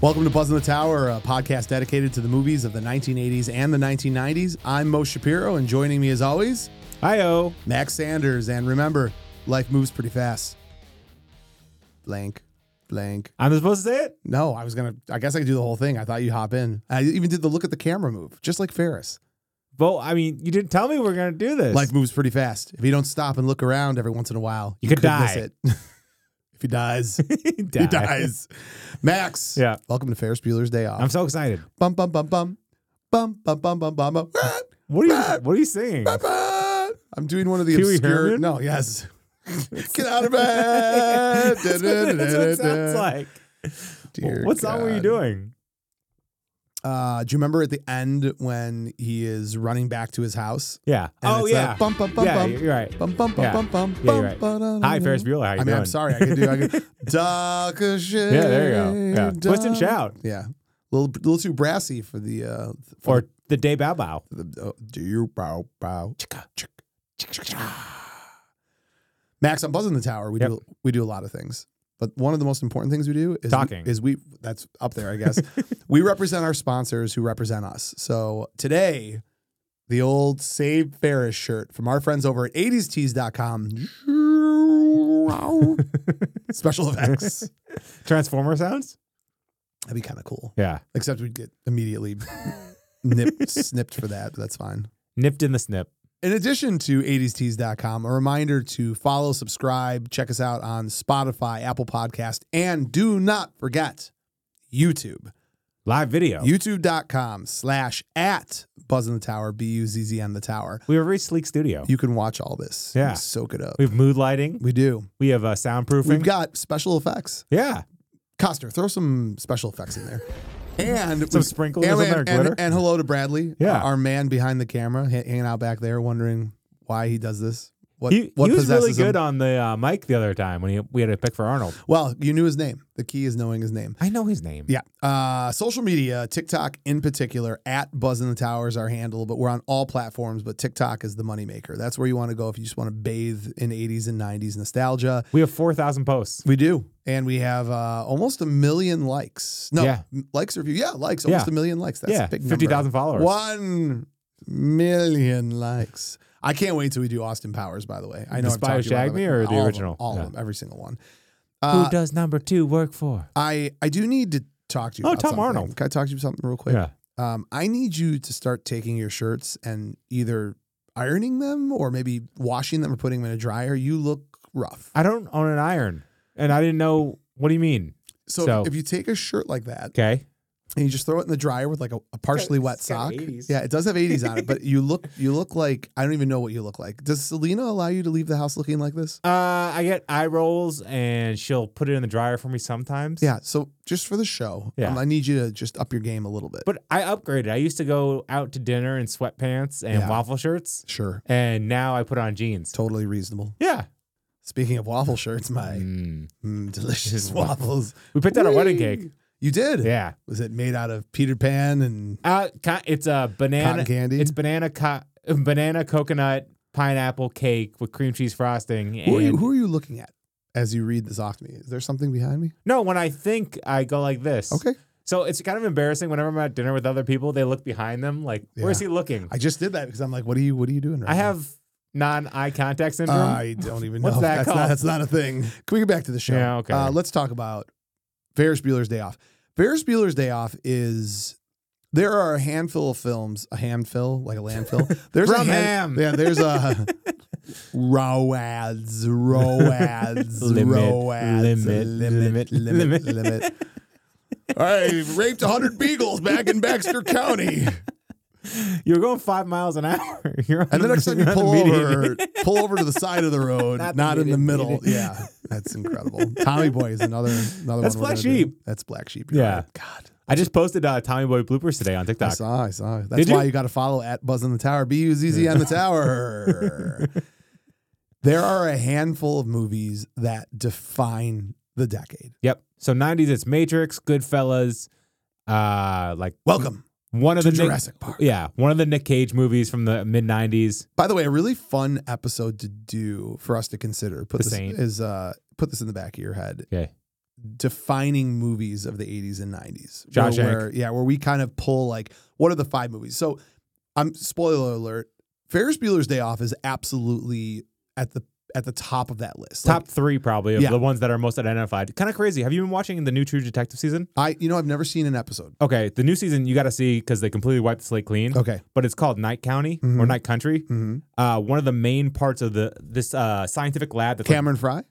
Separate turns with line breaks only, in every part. Welcome to Buzz in the Tower, a podcast dedicated to the movies of the 1980s and the 1990s. I'm Mo Shapiro, and joining me as always,
Hi-oh.
Max Sanders. And remember, life moves pretty fast. Blank, blank.
I'm supposed to say it?
No, I was gonna. I guess I could do the whole thing. I thought you'd hop in. I even did the look at the camera move, just like Ferris.
Well, I mean, you didn't tell me we we're going to do this.
Life moves pretty fast. If you don't stop and look around every once in a while,
You could
miss
die.
it. if he dies,
Die.
he dies. Max.
Yeah.
Welcome to Ferris Bueller's Day Off.
I'm so excited.
bum bum bum bum bum bum bum bum bum bum. Ah,
What are you What are you singing?
ah. I'm doing one of the
Pee Wee
obscure.
Herman?
No, yes. Get out of bed.
That's what- that's what it sounds like.
Dear
what song were you
God.
doing?
Uh, do you remember at the end when he is running back to his house?
Yeah.
And
oh
it's a
yeah.
Bum bum bum
yeah,
bum.
you're right.
Bum bum bum
Yeah.
bum bum.
Yeah, you're
bum,
right.
ba-da-da-da.
Hi, Ferris Bueller. How you
I mean,
doing?
I'm sorry. I could do. I could. Dark as shade.
Yeah, there you go. Yeah. Twist and
dark-
shout.
Yeah, little little too brassy for the uh for
Or the day bow bow.
the, uh, do you bow bow chicka chick chick chick chick. Max, I'm buzzing the tower. We
Yep.
do we do a lot of things, but one of the most important things we do is
Talking.
Is we that's up there, I guess. we represent our sponsors who represent us. So today, the old Save Ferris shirt from our friends over at 80stees.com. Special effects.
Transformer sounds.
That'd be kind of cool.
Yeah.
Except we'd get immediately nipped, snipped for that, but that's fine.
Nipped in the snip.
In addition to 80stees.com, a reminder to follow, subscribe, check us out on Spotify, Apple Podcast, and do not forget YouTube.
Live video.
YouTube.com slash at Buzz in the Tower, B-U-Z-Z-N the Tower.
we have a very sleek studio.
You can watch all this.
Yeah.
We Soak it up.
we have mood lighting.
We do.
We have uh, soundproofing.
We've got special effects.
yeah.
Coster, throw some special effects in there. And
Some sprinkles
and,
in there,
and,
glitter.
and- and hello to Bradley,
Yeah.
our man behind the camera, ha- hanging out back there, wondering why he does this. What,
he,
what
he was really
possesses him.
good on the uh, mic the other time when he, we had a pick for Arnold.
Well, you knew his name. The key is knowing his name.
I know his name.
Yeah. Uh, social media, TikTok in particular, at Buzz in the Tower is our handle, but we're on all platforms, but TikTok is the moneymaker. That's where you want to go if you just want to bathe in 80s and 90s nostalgia.
We have 4,000 posts.
We do. And we have uh, almost a million likes. No,
Yeah.
m- likes or view. Yeah, likes. Almost
Yeah.
a million likes. That's
yeah.
a big number.
50,000 followers.
One million likes. I can't wait till we do Austin Powers, by the way. I know I've
Despite
talked about it,
Shag Me
all
or the
of them,
original?
all
Yeah.
of them, every single one. Uh,
Who does number two work for?
I I do need to talk to you.
Oh,
about
Tom
something.
Arnold.
Can I talk to you about something real quick?
Yeah.
Um, I need you to start taking your shirts and either ironing them or maybe washing them or putting them in a dryer. You look rough.
I don't own an iron. And I didn't know. What do you mean?
So,
So-
if you take a shirt like that
Okay.
and you just throw it in the dryer with like a, a partially wet
it's
sock,
got 80s.
yeah, it does have 80s on it. But you look you look like I don't even know what you look like. Does Selena allow you to leave the house looking like this?
Uh, I get eye rolls and she'll put it in the dryer for me sometimes.
Yeah. So just for the show,
Yeah.
um, I need you to just up your game a little bit.
But I upgraded. I used to go out to dinner in sweatpants and
Yeah.
waffle shirts.
sure,
And now I put on jeans.
totally reasonable.
Yeah.
Speaking of waffle shirts, my
Mm.
Mm, delicious
Delicious
waffles.
We picked out a wedding cake.
Whee! You did?
Yeah.
Was it made out of Peter Pan and
Uh, co- it's a banana.
cotton candy?
It's banana, co- banana, coconut, pineapple cake with cream cheese frosting. And
who, are you, who are you looking at as you read this off to me? Is there something behind me?
no, when I think, I go like this.
Okay.
So it's kind of embarrassing whenever I'm at dinner with other people. They look behind them, like, "Where's he looking?"
I just did that because I'm like, what are you what are you doing right
I have non-eye contact
now?
syndrome.
I don't even know.
What's that
that's, Not,
called?
that's not a thing. Can we get back to the show?
Yeah, okay.
Uh, let's talk about Ferris Bueller's Day Off. Ferris Bueller's Day Off is there are a handful of films, a handful, like a landfill. There's a
From
hand-
ham.
Yeah, there's a Roads, roads,
Limit,
roads,
limit,
limit,
limit,
limit,
limit.
limit. I raped 100 beagles back in Baxter County.
You're going five miles an hour. You're on
And the next time you
you're on the
pull
median.
over, pull over to the side of the road, not,
Not the
in the
median,
middle.
median.
Yeah, that's incredible. Tommy Boy is another another
That's
one. we're
Black
gonna
Sheep.
Do. That's Black Sheep. you're
Yeah.
right. God.
I just posted uh, Tommy Boy bloopers today on
I
TikTok.
saw, I saw. That's
Did you?
why you got to follow at Buzz in the Tower, B U Z Z on the Tower. there are a handful of movies that define the decade.
Yep. So '90s, it's Matrix, Goodfellas, uh, like
Welcome
one of
to
the Nick,
Jurassic Park.
yeah, one of the Nick Cage movies from the mid '90s.
By the way, a really fun episode to do for us to consider. Put
The
this
Saint.
is uh, put this in the back of your head.
Okay.
defining movies of the 80s and 90s.
Shawshank.
Where, where- yeah, where we kind of pull like, what are the five movies? So I'm spoiler alert. Ferris Bueller's Day Off is absolutely at the at the top of that list.
Top
Like,
three probably of
Yeah.
the ones that are most identified. Kind of crazy. Have you been watching the new True Detective season?
I you know I've never seen an episode.
Okay, the new season you got to see because they completely wiped the slate clean.
Okay.
But it's called Night County or
Mhm.
Night Country.
hmm
Uh, one of the main parts of the this uh, scientific lab that's like
Cameron Fry.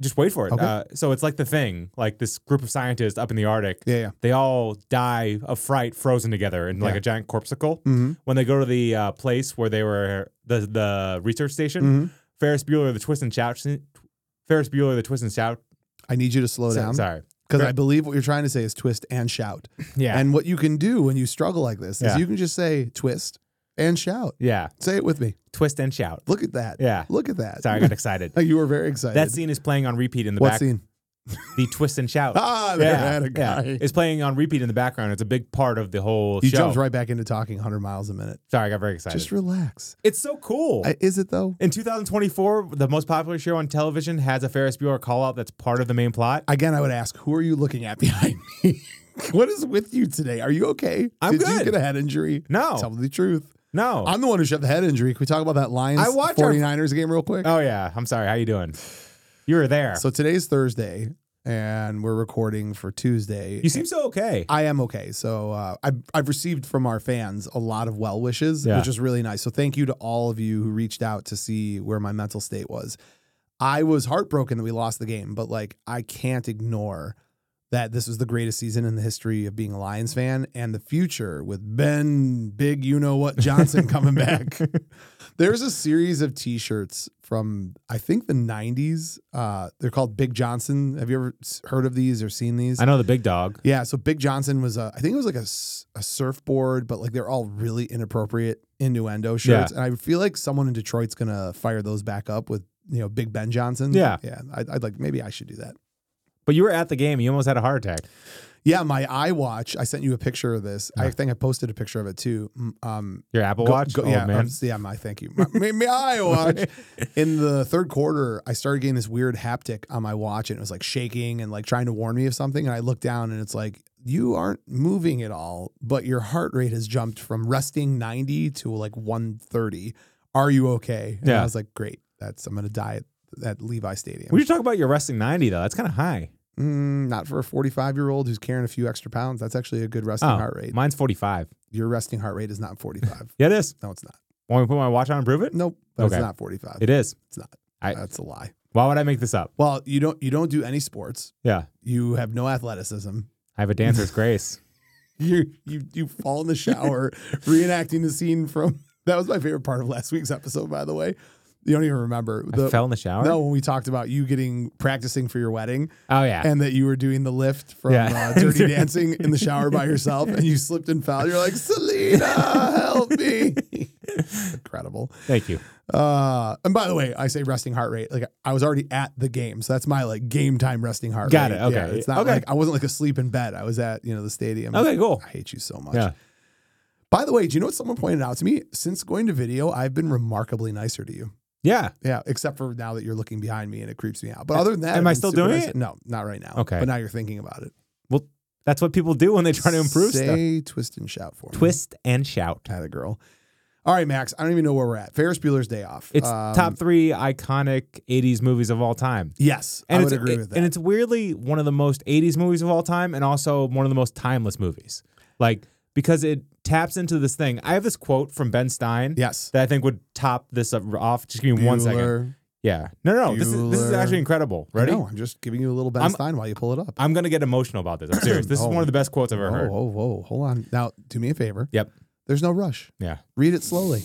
just wait for it.
Okay.
Uh, so it's like the thing, like this group of scientists up in the Arctic.
Yeah, yeah.
They all die of fright, frozen together in like
Yeah.
a giant corpsicle.
Mm-hmm.
When they go to the uh, place where they were, the the research station,
Mhm.
Ferris Bueller, the Twist and Shout, Ferris Bueller, the Twist and Shout.
I need you to slow
so-
down
Sorry,
because I believe what you're trying to say is twist and shout.
yeah,
And what you can do when you struggle like this is
Yeah.
you can just say twist and shout.
yeah,
Say it with me.
Twist and Shout.
Look at that.
Yeah,
Look at that.
sorry, I got excited.
you were very excited.
that scene is playing on repeat in the
what
back.
scene?
The Twist and Shout.
Ah, there had a guy.
It's playing on repeat in the background. It's a big part of the whole
You
show.
jumped right back into talking 100 miles a minute.
Sorry, I got very excited.
Just relax.
it's so cool.
I, is it though?
In 2024, the most popular show on television has a Ferris Bueller call out that's part of the main plot.
Again, I would ask, who are you looking at behind me? what is with you today? Are you okay?
I'm
Did
good.
you get a head injury?
No.
Tell me the truth.
No.
I'm the one who shoved the head injury. Can we talk about that Lions
I watch our-
49ers game real quick?
oh yeah. I'm sorry. How you doing? You were there.
So today's Thursday, and we're recording for Tuesday.
you seem so okay.
I am okay. So uh, I've, I've received from our fans a lot of well wishes,
Yeah.
which is really nice. So thank you to all of you who reached out to see where my mental state was. I was heartbroken that we lost the game, but like I can't ignore that this was the greatest season in the history of being a Lions fan and the future with Ben Big You Know What Johnson coming back. There's a series of T-shirts from I think the '90s. Uh, they're called Big Johnson. Have you ever s- heard of these or seen these?
I know the big dog.
Yeah, so Big Johnson was a, I think it was like a, s- a surfboard, but like they're all really inappropriate innuendo shirts, and I feel like someone in Detroit's gonna fire those back up with you know Big Ben Johnson.
Yeah.
yeah, I'd, I'd like maybe I should do that.
But you were at the game. You almost had a heart attack.
Yeah, my iWatch. I sent you a picture of this. I think I posted a picture of it too. Mm, Um,
Your Apple
go-
Watch.
go-
oh
yeah,
man.
um, yeah, my thank you. My, my, my iWatch. in the third quarter, I started getting this weird haptic on my watch and it was like shaking and like trying to warn me of something. And I looked down and it's like, you aren't moving at all, but your heart rate has jumped from resting 90 to like 130. Are you okay? And
Yeah.
I was like, great. That's, I'm going to die at, at Levi Stadium.
we should talk about your resting 90 though. That's kind of high.
Mm, not for a 45 year old who's carrying a few extra pounds. That's actually a good resting
Oh,
heart rate.
mine's 45.
Your resting heart rate is not 45.
Yeah, it is.
no, it's not.
Want me to put my watch on and prove it?
Nope. But
Okay.
It's not 45.
It is.
it's not.
I-
That's a lie.
Why would I make this up?
Well, you don't, you don't do any sports.
Yeah.
You have no athleticism.
I have a dancer's grace.
You you you fall in the shower, reenacting the scene from that was my favorite part of last week's episode, by the way. You don't even remember
I
the
fell in the shower.
no when we talked about you getting practicing for your wedding
Oh yeah.
and that you were doing the lift from
Yeah.
uh, Dirty Dancing in the shower by yourself and you slipped and fell. You're like Selena, help me! Incredible.
Thank you.
Uh, and by the way, I say resting heart rate. Like I was already at the game, so that's my like game time resting heart
Got
rate.
it, okay.
Yeah, it's not
Okay.
like I wasn't like asleep in bed. I was at you know the stadium.
Okay, cool.
I hate you so much.
Yeah.
By the way, do you know what someone pointed out to me? Since going to video, I've been remarkably nicer to you.
Yeah.
Yeah, except for now that you're looking behind me and it creeps me out. But other than that,
Am
I've
I
been
still
super
doing
nice-
it?
No, not right now.
Okay.
but now you're thinking about it.
That's what people do when they try to improve stuff.
Say twist and shout for me.
Twist and shout.
Had girl. All right, Max. I don't even know where we're at. Ferris Bueller's Day Off.
It's
Um,
top three iconic '80s movies of all time,
Yes,
and
I
it's
would agree
it-
with that.
And it's weirdly one of the most '80s movies of all time, and also one of the most timeless movies. Like because it taps into this thing. I have this quote from Ben Stein
yes.
that I think would top this up off. Just give me one second.
Bueller.
Yeah. No, no, no. This is this is
Bueller.
actually incredible. Ready?
No, I'm just giving you a little Ben
I'm-
Stein while you pull it up.
I'm gonna get emotional about this. I'm serious. This
Oh.
is one of the best quotes I've ever
Whoa,
heard.
whoa, whoa. Hold on. Now, do me a favor.
Yep.
There's no rush.
Yeah.
Read it slowly.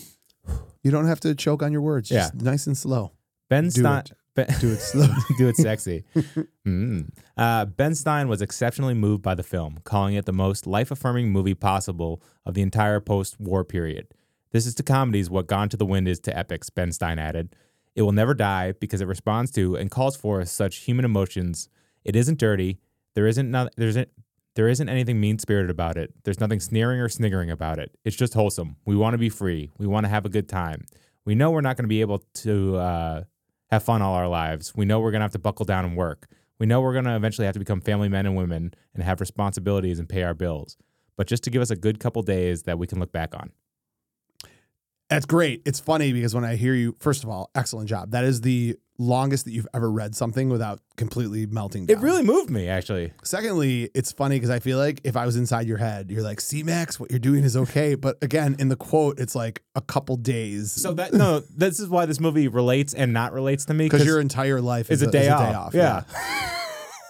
You don't have to choke on your words. Just nice and slow.
Ben
Do
Stein.
it.
Ben-
Do it slow.
do it sexy. Mm. Uh, ben Stein was exceptionally moved by the film, calling it the most life affirming movie possible of the entire post war period. This is to comedies what Gone to the Wind is to epics, Ben Stein added. It will never die because it responds to and calls for such human emotions. It isn't dirty. There isn't not, there isn't there isn't anything mean spirited about it. There's nothing sneering or sniggering about it. It's just wholesome. We want to be free. We want to have a good time. We know we're not going to be able to uh, have fun all our lives. We know we're going to have to buckle down and work. We know we're going to eventually have to become family men and women and have responsibilities and pay our bills, but just to give us a good couple days that we can look back on.
That's great. It's funny because when I hear you, first of all, excellent job. That is the longest that you've ever read something without completely melting down.
It really moved me, actually.
Secondly, it's funny because I feel like if I was inside your head, you're like, "See, Max, what you're doing is okay." But again, in the quote, it's like a couple days.
So that no, this is why this movie relates and not relates to me
because your entire life
it's
is
a day,
is
off. Yeah.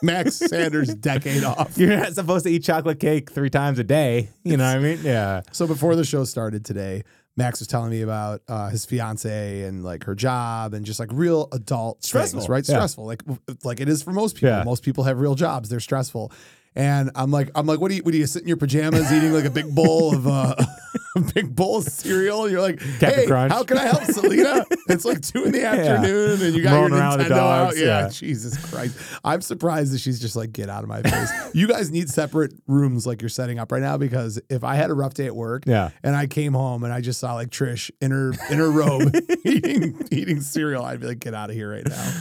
Max Sanders decade off.
You're not supposed to eat chocolate cake three times a day. You know what I mean? Yeah.
So before the show started today, Max was telling me about uh, his fiance and like her job and just like real adult
Stressful.
things, right?
Yeah.
Stressful, like like it is for most people.
Yeah.
Most people have real jobs; they're stressful. And I'm like, I'm like, what do you? What do you sit in your pajamas eating like a big bowl of uh, a big bowl of cereal? You're like,
Captain
hey,
Crunch."
how can I help, Selena? it's like two in the afternoon, and you got
Rolling
your
around
Nintendo
with the dogs,
out. Yeah,
yeah.
Jesus Christ, I'm surprised that she's just like, get out of my face. you guys need separate rooms like you're setting up right now because if I had a rough day at work,
Yeah.
and I came home and I just saw like Trish in her in her robe eating eating cereal. I'd be like, get out of here right now.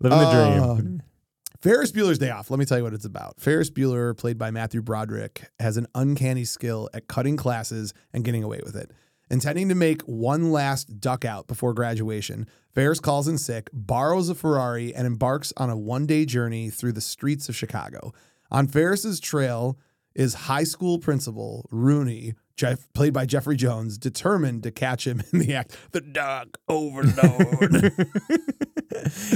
Living the dream.
Um, Ferris Bueller's Day Off. Let me tell you what it's about. Ferris Bueller, played by Matthew Broderick, has an uncanny skill at cutting classes and getting away with it. Intending to make one last duck out before graduation, Ferris calls in sick, borrows a Ferrari, and embarks on a one day journey through the streets of Chicago. On Ferris's trail is high school principal Rooney, Jeff, played by Jeffrey Jones, determined to catch him in the act. The dog overlord.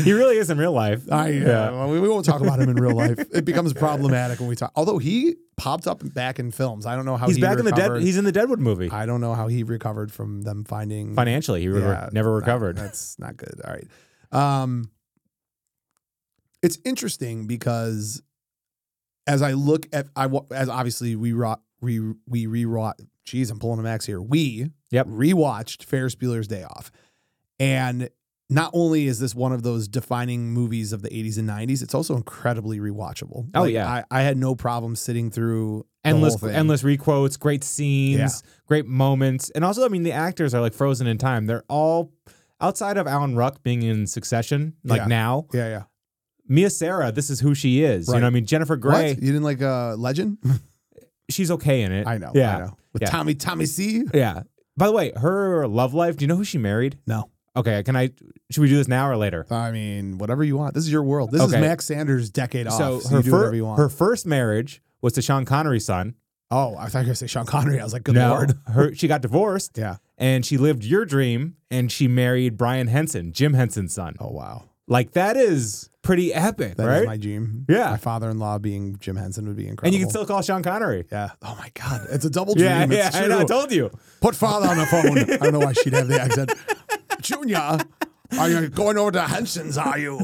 he really is in real life.
I, yeah. well, we, we won't talk about him in real life. It becomes problematic when we talk. Although he popped up back in films, I don't know how
He's
he
back in the dead.
recovered-
He's in the Deadwood movie.
I don't know how he recovered from them finding.
Financially, he re-
Yeah,
never
no,
recovered.
that's not good. All right. Um, it's interesting because as I look at, I wa- as obviously we ro- we we rewatch. Geez, I'm pulling a max here. We
Yep.
rewatched Ferris Bueller's Day Off, and not only is this one of those defining movies of the 80s and 90s, it's also incredibly rewatchable.
Oh, yeah.
I, I had no problem sitting through the whole
endless
thing.
endless requotes, great scenes, great moments, and also I mean the actors are like frozen in time. They're all outside of Alan Ruck being in Succession, like
Yeah.
now.
Yeah, yeah.
Mia Sarah, this is who she is. You
Right.
know, what I mean Jennifer Grey,
What? You didn't like uh, Legend?
she's okay in it.
I know.
Yeah,
I know. With
Yeah.
Tommy Tommy C.
yeah. By the way, her love life. Do you know who she married?
No.
Okay, can I? Should we do this now or later?
I mean, whatever you want. This is your world. This
Okay.
is Max Sanders' decade
so
off. So
her
you do
fir-
whatever you want.
her first marriage was to Sean Connery's son.
oh, I thought you were going to say Sean Connery. I was like, good
no,
lord.
her she got divorced
Yeah.
and she lived your dream and she married Brian Henson, Jim Henson's son.
Oh, wow.
Like that is pretty epic,
That is
right?
my dream.
Yeah.
My father in law being Jim Henson would be incredible.
and you can still call Sean Connery.
Yeah. Oh, my God. It's a double dream.
Yeah,
it's
yeah,
true.
I, know, I told you.
Put father on the phone. I don't know why she'd have the accent. Junior, are you going over to Henson's? Are you?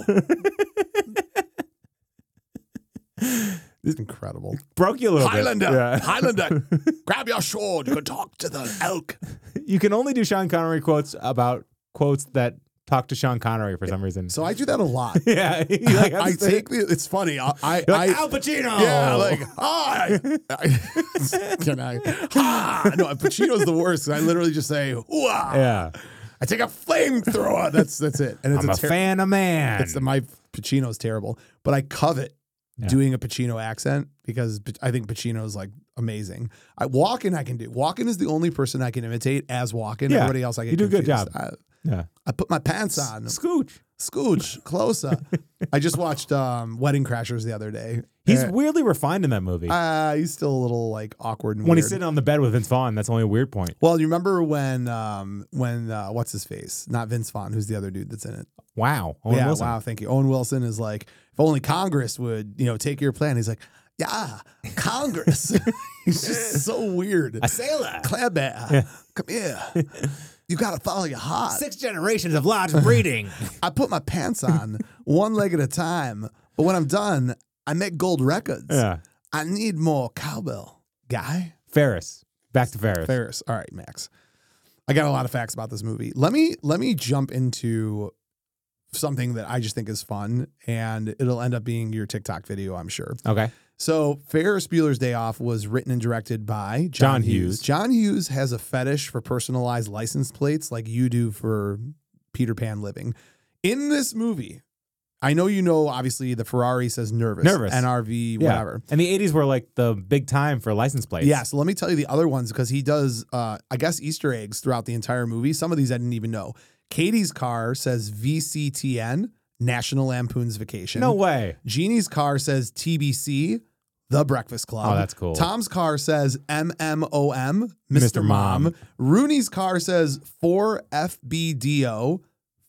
It's incredible.
Broke you a little
Highlander,
bit. Yeah.
Highlander, grab your sword. You can talk to the elk.
You can only do Sean Connery quotes about quotes that talk to Sean Connery for some reason.
So I do that a lot.
yeah, you, like, have
I
to say-
take the. It's funny. I. I,
You're like,
I
Al Pacino.
yeah, like hi. I, can I? Ha! No, Pacino's the worst. I literally just say, "Whoa!"
yeah.
I take a flamethrower. That's that's it. And it's
I'm a
ter-
fan of man.
It's the, my Pacino's terrible, but I covet doing a Pacino accent because Pa- I think Pacino's like amazing. I Walken I can do. Walken is the only person I can imitate as Walken.
Yeah.
Everybody else I get
You do a good
confused.
job.
I,
yeah.
I put my pants on.
Scooch.
Scooch closer. I just watched um, Wedding Crashers the other day.
He's
And,
weirdly refined in that movie.
uh, he's still a little like awkward and
when uh,
weird.
he's sitting on the bed with Vince Vaughn, that's only a weird point.
well, you remember when um, when uh, what's his face? Not Vince Vaughn, who's the other dude that's in it.
Wow. Owen
yeah,
Wilson.
wow, thank you. Owen Wilson is like, if only Congress would, you know, take your plan. He's like, yeah, Congress. He's just so weird.
A sailor.
Clabbear, come here. You gotta follow your heart.
Six generations of large breeding.
I put my pants on one leg at a time, but when I'm done, I make gold records.
yeah.
I need more cowbell, guy.
Ferris. Back to Ferris.
Ferris. All right, Max. I got a lot of facts about this movie. Let me let me jump into something that I just think is fun, and it'll end up being your TikTok video, I'm sure.
Okay.
So Ferris Bueller's Day Off was written and directed by John,
John
Hughes.
Hughes.
John Hughes has a fetish for personalized license plates like you do for Peter Pan living. In this movie, I know you know, obviously, the Ferrari says nervous,
Nervous.
NRV,
Yeah.
whatever.
And the 80s were like the big time for license plates.
Yeah, so let me tell you the other ones because he does, uh, I guess, Easter eggs throughout the entire movie. Some of these I didn't even know. Katie's car says VCTN, National Lampoon's Vacation.
No way.
Jeannie's car says TBC, The Breakfast Club.
Oh, that's cool.
Tom's car says MMOM, Mr.
Mr.
Mom.
Mom.
Rooney's car says 4FBDO,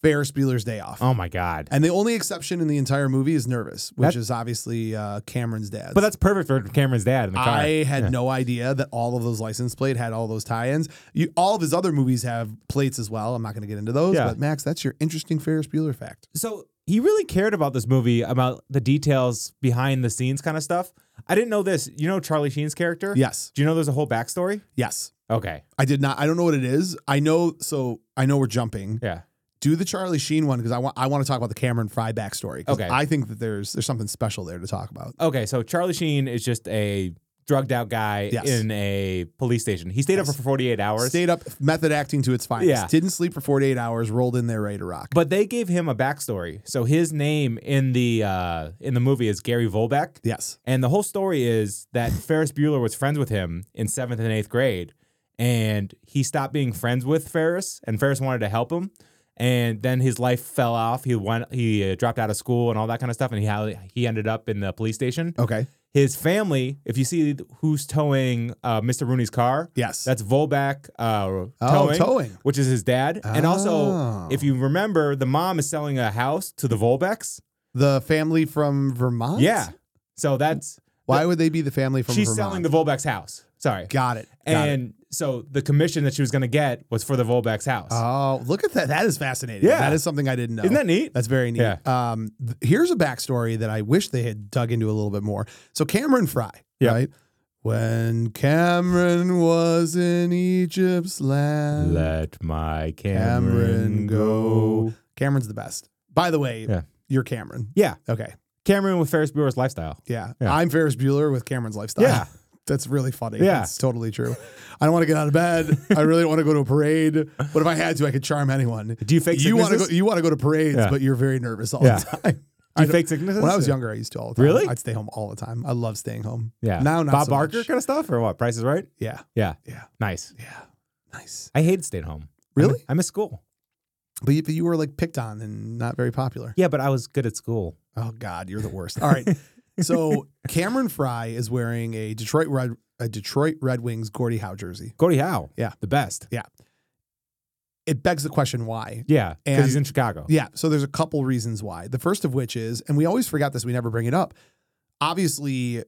Ferris Bueller's Day Off.
Oh my God.
And the only exception in the entire movie is Nervous, which
That-
is obviously uh, Cameron's dad.
But that's perfect for Cameron's dad in the car.
I had
Yeah.
no idea that all of those license plate had all those tie-ins. You, all of his other movies have plates as well. I'm not going to get into those,
Yeah.
but Max, that's your interesting Ferris Bueller fact.
So he really cared about this movie, about the details behind the scenes kind of stuff. I didn't know this. You know Charlie Sheen's character?
Yes,
Do you know there's a whole backstory?
yes.
Okay.
I did not. I don't know what it is. I know. So I know we're jumping.
Yeah.
Do the Charlie Sheen one because I want. I want to talk about the Cameron Fry backstory. 'cause
Okay.
I think that there's there's something special there to talk about.
Okay. So Charlie Sheen is just a drugged out guy
Yes.
in a police station. He stayed
Yes.
up for 48 hours.
Stayed up, method acting to its finest.
Yeah.
Didn't sleep for 48 hours. Rolled in there ready to rock.
but they gave him a backstory. So his name in the uh, in the movie is Gary Volbeck.
yes.
And the whole story is that Ferris Bueller was friends with him in seventh and eighth grade, and he stopped being friends with Ferris, and Ferris wanted to help him, and then his life fell off. He went, he uh, dropped out of school and all that kind of stuff, and he how he ended up in the police station.
Okay.
His family, if you see who's towing uh, Mr. Rooney's car,
Yes.
that's Volback uh,
oh,
towing,
towing.
which is his dad, and
Oh.
also if you remember, the mom is selling a house to the Volbecks.
The family from Vermont.
Yeah, so that's
Why would they be the family from
she's
Vermont?
selling the Volbeck's house. Sorry.
Got it. Got it.
and so the commission that she was going to get was for the Volbeck's house.
oh, look at that. That is fascinating.
Yeah.
That is something I didn't know.
Isn't that neat?
That's very neat.
Yeah.
Um, th- here's a backstory that I wish they had dug into a little bit more. So Cameron Fry,
Yeah.
right? When Cameron was in Egypt's land,
Let my
Cameron go. Cameron's the best. By the way,
Yeah.
you're Cameron.
Yeah.
Okay.
Cameron with Ferris Bueller's lifestyle.
Yeah.
Yeah.
I'm Ferris Bueller with Cameron's lifestyle.
Yeah.
That's really funny.
Yeah.
It's totally true. I don't want to get out of bed. I really don't want to go to a parade. But if I had to, I could charm anyone.
Do you fake
you want to go
sicknesses?
you want to go to parades,
Yeah.
but you're very nervous all
Yeah.
the time. I
Do you
don't-
fake sicknesses?
When I was younger, I used to all the time.
Really?
I'd stay home all the time. I love staying home.
Yeah.
Now, not
Bob
so
Barker
much.
kind of stuff or what? Price is Right?
Yeah.
Yeah.
Yeah.
Nice.
Yeah. Nice.
I hated staying home. I
Really?
mi- I miss school.
But you, but you were like picked on and not very popular.
Yeah, but I was good at school.
Oh God, you're the worst. All right. So Cameron Fry is wearing a Detroit Red a Detroit Red Wings Gordie Howe jersey.
Gordie Howe.
Yeah.
The best.
It begs the question why.
Yeah.
And-
Because he's in Chicago.
Yeah. So there's a couple reasons why. The first of which is, and we always forget this, we never bring it up. Obviously,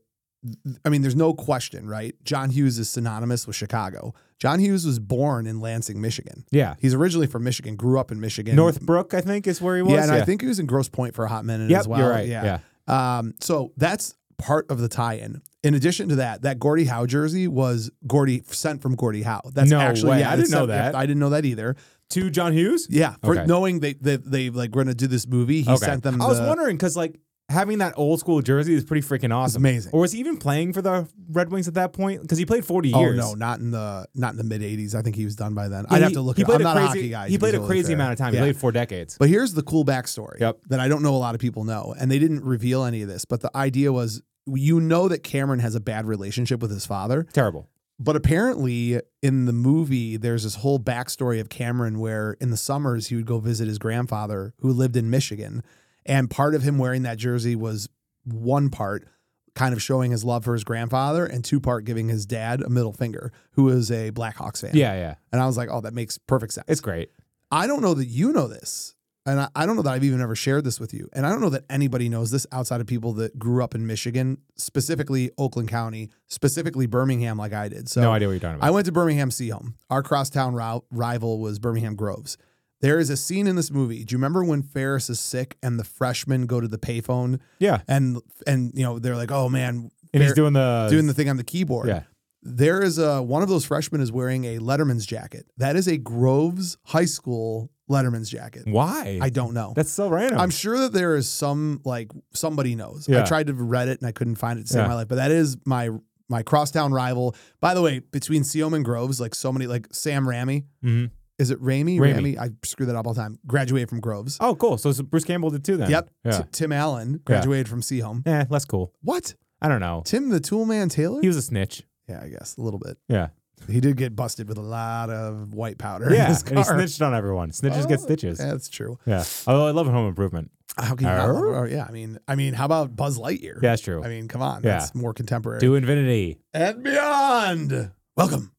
th- I mean, there's no question, right? John Hughes is synonymous with Chicago. John Hughes was born in Lansing, Michigan.
Yeah.
He's originally from Michigan, grew up in Michigan.
Northbrook, I think, is where he was.
Yeah, and I think he was in Gross Point for a hot minute
Yep,
as well.
you're right. Yeah.
Um, so that's part of the tie-in. In addition to that, that Gordie Howe jersey was Gordie sent from Gordie Howe. That's
No
actually
way.
yeah,
I didn't
it's
know
sent-
that.
I didn't know that either.
To John Hughes?
Yeah, for
Okay.
knowing they they, they like we're gonna do this movie, he sent them.
I was
the-
wondering because like having that old school jersey is pretty freaking
It's
awesome.
amazing.
Or was he even playing for the Red Wings at that point? Because he played forty
Oh
years.
no, not in the not in the mid '80s. I think he was done by then.
Yeah,
I'd
he-
have to look.
He
It. up. I'm
played
not
a
a
crazy.
hockey guy.
He
to be
played a
totally
crazy
fair.
amount of time.
Yeah.
He played four decades.
But here's the cool backstory
Yep.
that I don't know a lot of people know, and they didn't reveal any of this. But the idea was, you know, that Cameron has a bad relationship with his father,
Terrible.
but apparently in the movie, there's this whole backstory of Cameron where in the summers he would go visit his grandfather who lived in Michigan, and part of him wearing that jersey was one part. Kind of showing his love for his grandfather, and two part giving his dad a middle finger, who is a Blackhawks fan.
Yeah, yeah.
And I was like, oh, that makes perfect sense.
It's great.
I don't know that you know this. And I, I don't know that I've even ever shared this with you. And I don't know that anybody knows this outside of people that grew up in Michigan, specifically Oakland County, specifically Birmingham, like I did. So
no idea what you're talking about.
I went to Birmingham Seahome. Our crosstown ri- rival was Birmingham Groves. There is a scene in this movie. Do you remember when Ferris is sick and the freshmen go to the payphone
yeah,
and and you know they're like, oh man,
and he's
Fer-
doing the
doing the thing on the keyboard.
yeah.
There is a one of those freshmen is wearing a Letterman's jacket. That is a Groves High School Letterman's jacket.
Why?
I don't know.
That's so random.
I'm sure that there is some like somebody knows. I
Yeah.
tried to read it and I couldn't find it to save
Yeah.
my life. But that is my my crosstown rival. By the way, between Seom and Groves, like so many, like Sam Ramey,
Mhm.
Is it Raimi?
Raimi.
Raimi. I screw that up all the time. Graduated from Groves.
Oh, cool. So, so Bruce Campbell did too then.
Yep. T-
Yeah.
Tim Allen graduated from Seahome.
Eh, less cool.
What?
I don't know.
Tim the Tool Man Taylor?
He was a snitch.
yeah, I guess a little bit.
Yeah.
He did get busted with a lot of white powder. in
Yeah.
his
And he
car.
snitched on everyone. Snitches get
Oh,
stitches.
Yeah, that's true.
Yeah. Although I love Home Improvement.
How can you not
Arr.
love it? Oh, yeah, I mean, I mean, how about Buzz Lightyear?
Yeah, that's true.
I mean, come on,
Yeah.
that's more contemporary.
to infinity.
and beyond. Welcome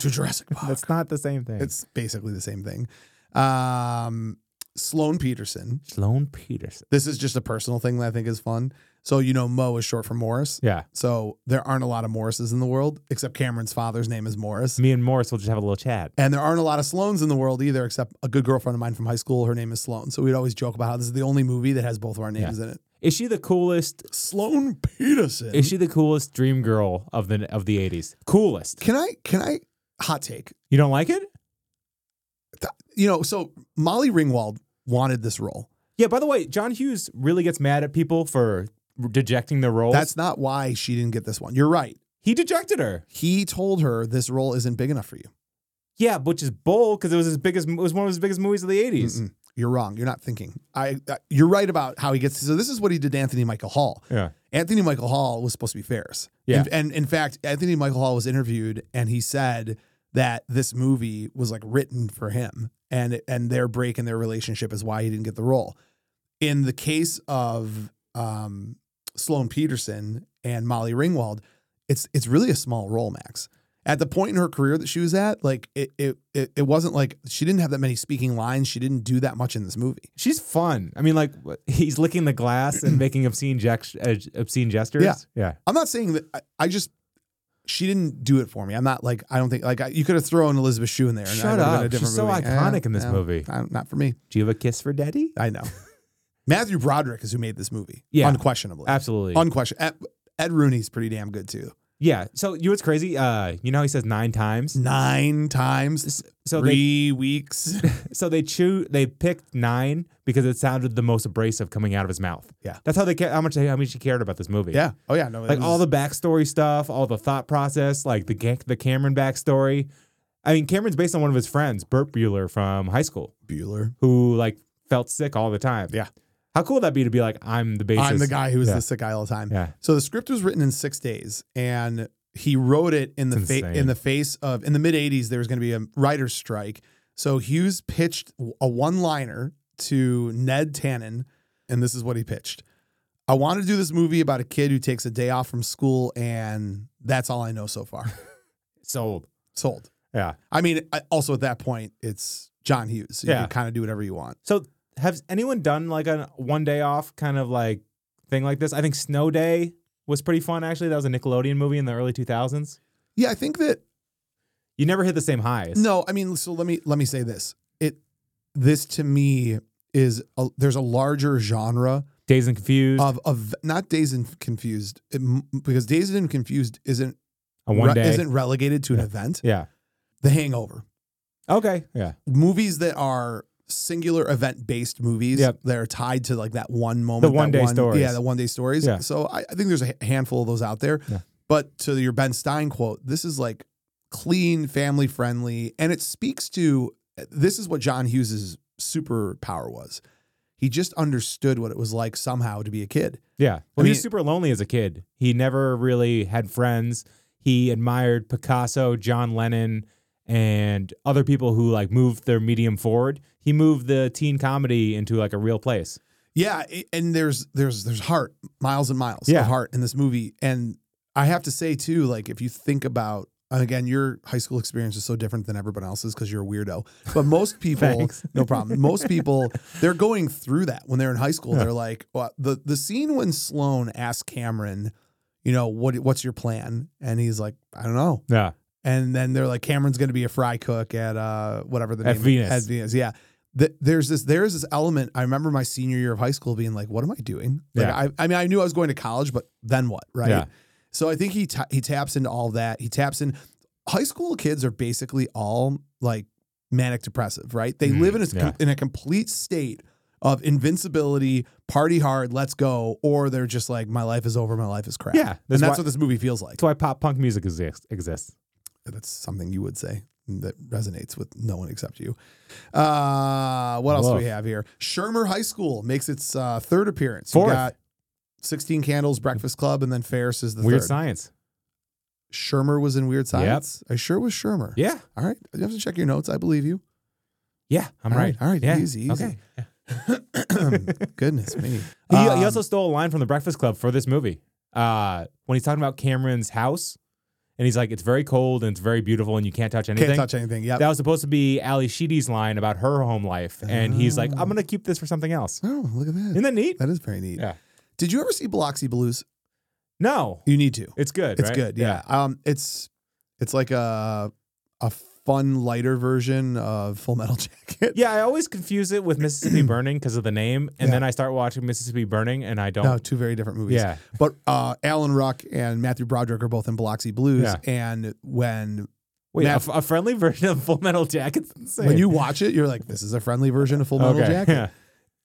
to Jurassic Park.
That's not the same thing.
It's basically the same thing. Um, Sloan Peterson.
Sloan Peterson.
This is just a personal thing that I think is fun. So you know, Mo is short for Morris.
Yeah.
So there aren't a lot of Morrises in the world, except Cameron's father's name is Morris.
Me and Morris will just have a little chat.
And there aren't a lot of Sloans in the world either, except a good girlfriend of mine from high school. Her name is Sloan. So we'd always joke about how this is the only movie that has both of our names in it.
Is she the coolest?
Sloan Peterson.
Is she the coolest dream girl of the of the eighties? Coolest.
can I can I hot take?
You don't like it?
You know, so Molly Ringwald wanted this role.
Yeah. By the way, John Hughes really gets mad at people for dejecting their roles.
That's not why she didn't get this one. You're right.
he dejected her.
He told her this role isn't big enough for you.
Yeah, which is bold because it was his biggest. It was one of his biggest movies of the 80s
Mm-mm. You're wrong. You're not thinking. I. Uh, you're right about how he gets. So this is what he did to Anthony Michael Hall.
Yeah.
Anthony Michael Hall was supposed to be Ferris.
Yeah.
And, and in fact, Anthony Michael Hall was interviewed and he said that this movie was like written for him and and their break in their relationship is why he didn't get the role. In the case of um Sloan Peterson and Molly Ringwald, it's it's really a small role, Max. At the point in her career that she was at, like it it it, it wasn't like she didn't have that many speaking lines. She didn't do that much in this movie.
She's fun. I mean, like he's licking the glass and making obscene gest- uh, obscene gestures.
Yeah.
Yeah.
I'm not saying that. I, I just she didn't do it for me. I'm not like I don't think like I, you could have thrown Elizabeth Shue in there. I
Shut
would've been
up. She's so
movie.
iconic in this
no,
movie.
I- not for me.
Do you have a kiss for daddy?
I know. Matthew Broderick is who made this movie.
Yeah.
unquestionably.
Absolutely.
Unquestionably. Ed, Ed Rooney's pretty damn good too.
yeah. So you know what's crazy? Uh, you know how he says nine times.
Nine times,
S- So they
three weeks.
so they chew they picked nine because it sounded the most abrasive coming out of his mouth.
Yeah.
That's how they ca- how much how much he cared about this movie.
yeah. Oh yeah. No. it
Like
was-
all the backstory stuff, all the thought process, like the Ga- the Cameron backstory. I mean, Cameron's based on one of his friends, Burt Bueller from high school,
Bueller.
who like felt sick all the time.
Yeah.
How cool would that be to be like, I'm the basis.
I'm the guy who was
Yeah.
the sick guy all the time.
Yeah.
So the script was written in six days, and he wrote it in the
It's
fa-
insane.
in the face of in the mid '80s there was going to be a writer's strike. So Hughes pitched a one liner to Ned Tannen, and this is what he pitched: "I want to do this movie about a kid who takes a day off from school, and that's all I know so far."
Sold.
Sold.
Yeah.
I mean, I- also at that point, it's John Hughes. So you
Yeah.
can kind of do whatever you want.
So has anyone done like a one day off kind of like thing like this? I think Snow Day was pretty fun actually. That was a Nickelodeon movie in the early 2000s.
Yeah, I think that
You never hit the same highs.
No, I mean, so let me let me say this. It this to me is a, there's a larger genre
Days and Confused,
of of not Dazed and Confused it, m- because Dazed and Confused isn't
a one
re-
day.
isn't relegated to an
Yeah.
event.
yeah.
The Hangover,
Okay. Yeah.
movies that are singular event based movies
Yep.
that are tied to like that one moment, that
one-day stories.
yeah, the one day stories.
Yeah.
So I, I think there's a h- handful of those out there.
Yeah.
But to your Ben Stein quote, this is like clean, family friendly, and it speaks to this is what John Hughes's superpower was. He just understood what it was like somehow to be a kid.
Yeah. Well, he was
mean-
super lonely as a kid. He never really had friends. He admired Picasso, John Lennon, and other people who like moved their medium forward. He moved the teen comedy into like a real place.
Yeah, i- and there's there's there's heart, miles and miles
Yeah.
of heart in this movie. And I have to say too, like if you think about and again, your high school experience is so different than everyone else's because you're a weirdo. But most people,
Thanks.
no problem. Most people, they're going through that when they're in high school. They're like, well, the the scene when Sloan asks Cameron, you know, what what's your plan? And he's like, I don't know.
Yeah.
And then they're like, Cameron's going to be a fry cook at uh, whatever the
At
name
Venus.
At Venus, yeah. Th- there's this there's this element. I remember my senior year of high school being like, what am I doing? Like,
Yeah.
I, I mean, I knew I was going to college, but then what, right?
Yeah.
So I think he ta- he taps into all that. He taps in. High school kids are basically all like manic depressive, right? They
Mm,
live in a
yeah.
in a complete state of invincibility, party hard, let's go, or they're just like, my life is over, my life is crap.
Yeah. That's,
and that's
why,
what this movie feels like.
that's why pop punk music exists. exists.
That's something you would say. that resonates with no one except you. Uh, what else do
Woof.
we have here? Shermer High School makes its uh, third appearance. You
Fourth.
got 16 Candles, Breakfast Club, and then Ferris is the
Weird
third.
science.
Shermer was in Weird Science. I sure was Shermer.
Yeah.
All right. You have to check your notes. I believe you.
Yeah. I'm
All right,
right.
all right,
Yeah.
easy, easy.
Okay.
Goodness me.
He,
Um,
he also stole a line from The Breakfast Club for this movie. Uh, when he's talking about Cameron's house, and he's like, "It's very cold and it's very beautiful, and you can't touch anything."
can't touch anything. Yep.
That was supposed to be Ali Sheedy's line about her home life, and he's like,
Oh.
"I'm gonna keep this for something else."
oh, look at that.
Isn't that neat?
That is very neat.
Yeah.
Did you ever see Biloxi Blues?
No,
You need to.
it's good.
It's
right?
good. Yeah. Um, it's it's like a a fun lighter version of Full Metal Jacket.
Yeah, I always confuse it with Mississippi Burning because of the name, and
Yeah.
then I start watching Mississippi Burning, and I don't.
No, two very different movies.
yeah,
But uh, Alan Ruck and Matthew Broderick are both in Biloxi Blues,
Yeah.
and when
wait, a
Matt-
f- a, friendly version of Full Metal Jacket's insane.
when you watch it, you're like, "This is a friendly version of Full Metal
Okay,
Jacket."
yeah.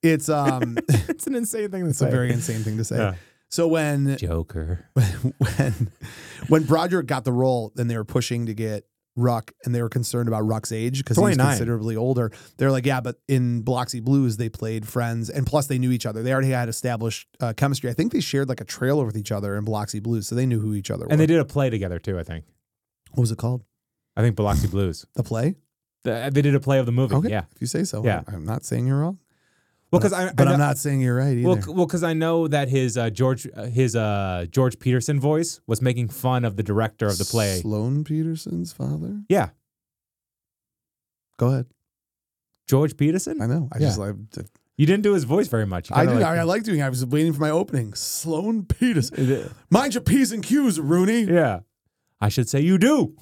It's um,
it's an insane thing. To
it's a very insane thing to say.
Yeah.
So when
Joker.
when when Broderick got the role, then they were pushing to get Ruck, and they were concerned about Ruck's age because he's
29.
considerably older. They're like, yeah, but in Biloxi Blues, they played friends, and plus they knew each other. They already had established uh, chemistry. I think they shared like a trailer with each other in Biloxi Blues, so they knew who each other
And
were.
they did a play together too. I think.
what was it called?
I think Biloxi Blues.
The play?
The- They did a play of the movie.
Okay,
Yeah.
if you say so.
Yeah.
I'm, I'm not saying you're wrong,
Well, because I,
but
I
I'm
know,
not saying you're right either.
well, c- well, because I know that his uh, George, uh, his uh, George Peterson voice was making fun of the director of the play.
Sloan Peterson's father.
Yeah,
Go ahead.
George Peterson.
I know. I
Yeah.
just like.
You didn't do his voice very much. You
I
kinda
did. I, I
like-
like doing. it. I was waiting for my opening. Sloan Peterson.
Is it-
Mind your P's and Q's, Rooney.
yeah. I should say you do.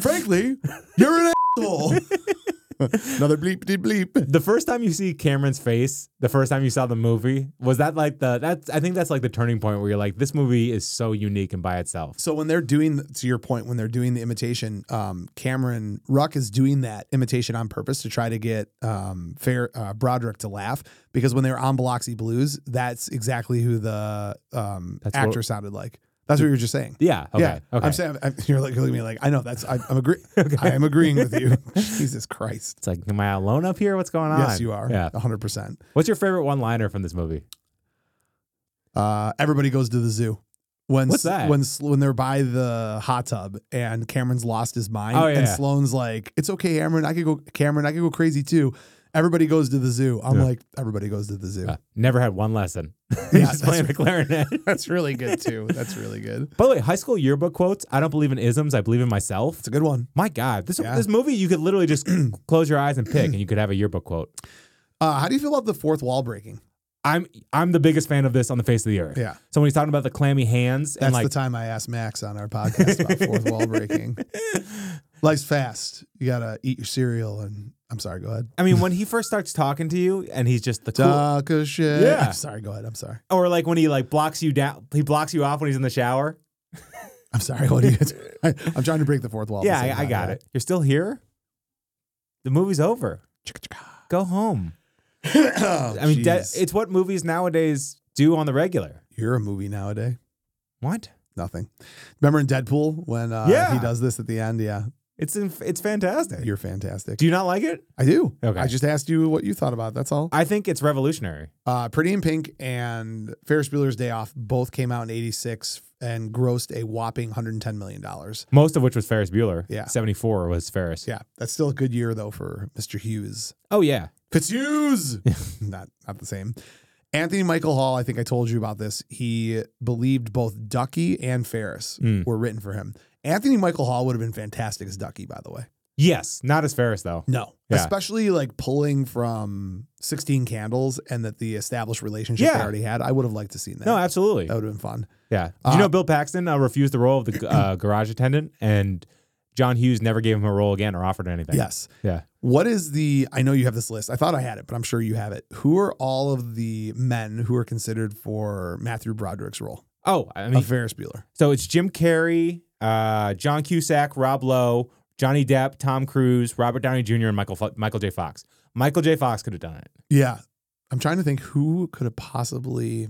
Frankly, you're an asshole. Another bleep de bleep.
The first time you see Cameron's face, the first time you saw the movie, was that like the that's I think that's like the turning point where you're like, this movie is so unique and by itself.
So when they're doing, to your point, when they're doing the imitation, um, Cameron Ruck is doing that imitation on purpose to try to get um, Fair uh, Broderick to laugh because when they were on Biloxi Blues, that's exactly who the um,
That's
actor sounded like. That's what you were just saying.
Yeah. Okay.
Yeah,
Okay.
I'm saying I'm, you're like looking at me like I know that's I, I'm agree I am agreeing with you. Jesus Christ,
it's like, am I alone up here? What's going on?
yes you are,
Yeah.
100. percent
What's your favorite one liner from this movie?
Uh, everybody goes to the zoo. When
What's that?
when Sl- when they're by the hot tub and Cameron's lost his mind
Oh,
and
yeah.
Sloane's like, "It's okay, Cameron. I could go. Cameron, I could go crazy too." Everybody goes to the zoo. I'm
Yeah.
like, everybody goes to the zoo.
Uh, never had one lesson.
Yeah,
Just playing the clarinet.
That's really good too. That's really good.
By the way, high school yearbook quotes. I don't believe in isms. I believe in myself.
It's a good one.
My God, this
Yeah.
this movie you could literally just close your eyes and pick, and you could have a yearbook quote.
Uh, how do you feel about the fourth wall breaking?
I'm I'm the biggest fan of this on the face of the earth.
Yeah.
So when he's talking about the clammy hands
That's
and like
the time I asked Max on our podcast about fourth wall breaking. Life's fast. You gotta eat your cereal and I'm sorry. Go ahead.
I mean, when he first starts talking to you, and he's just the cool,
Talk a shit.
Yeah.
I'm sorry. Go ahead. I'm sorry.
or like when he like blocks you down, he blocks you off when he's in the shower.
I'm sorry. What do you? I, am trying to break the fourth wall. at the
yeah,
same
I, I
time,
got
yeah.
it. You're still here. The movie's over. Go home. I mean, de-
Jeez.
it's what movies nowadays do on the regular.
you're a movie nowadays.
What?
Nothing. Remember in Deadpool when uh,
Yeah.
he does this at the end? Yeah,
It's in, it's fantastic.
you're fantastic.
do you not like it?
I do.
Okay.
I just asked you what you thought about. it, That's all.
I think it's revolutionary.
Uh, Pretty in Pink and Ferris Bueller's Day Off both came out in '86 and grossed a whopping 110 million dollars.
Most of which was Ferris Bueller.
Yeah.
74 was Ferris.
Yeah, that's still a good year though for Mr. Hughes.
Oh, yeah.
Fitzhughes. not not the same. Anthony Michael Hall, I think I told you about this. He believed both Ducky and Ferris
Mm.
were written for him. Anthony Michael Hall would have been fantastic as Ducky, by the way.
Yes. Not as Ferris, though.
No.
Yeah.
Especially like pulling from 16 Candles and that the established relationship
Yeah.
they already had. I would have liked to seen that.
No, absolutely.
that would have been fun.
Yeah. Did
Oh. Uh,
you know Bill Paxton uh, refused the role of the uh, garage attendant, and John Hughes never gave him a role again or offered anything?
Yes.
Yeah.
What is the I know you have this list. I thought I had it, but I'm sure you have it. Who are all of the men who are considered for Matthew Broderick's role?
Oh, I
of
mean,
Ferris Bueller.
so it's Jim Carrey, uh, John Cusack, Rob Lowe, Johnny Depp, Tom Cruise, Robert Downey Jr., and Michael Fo- Michael J. Fox. Michael J. Fox could have done it.
Yeah. I'm trying to think who could have possibly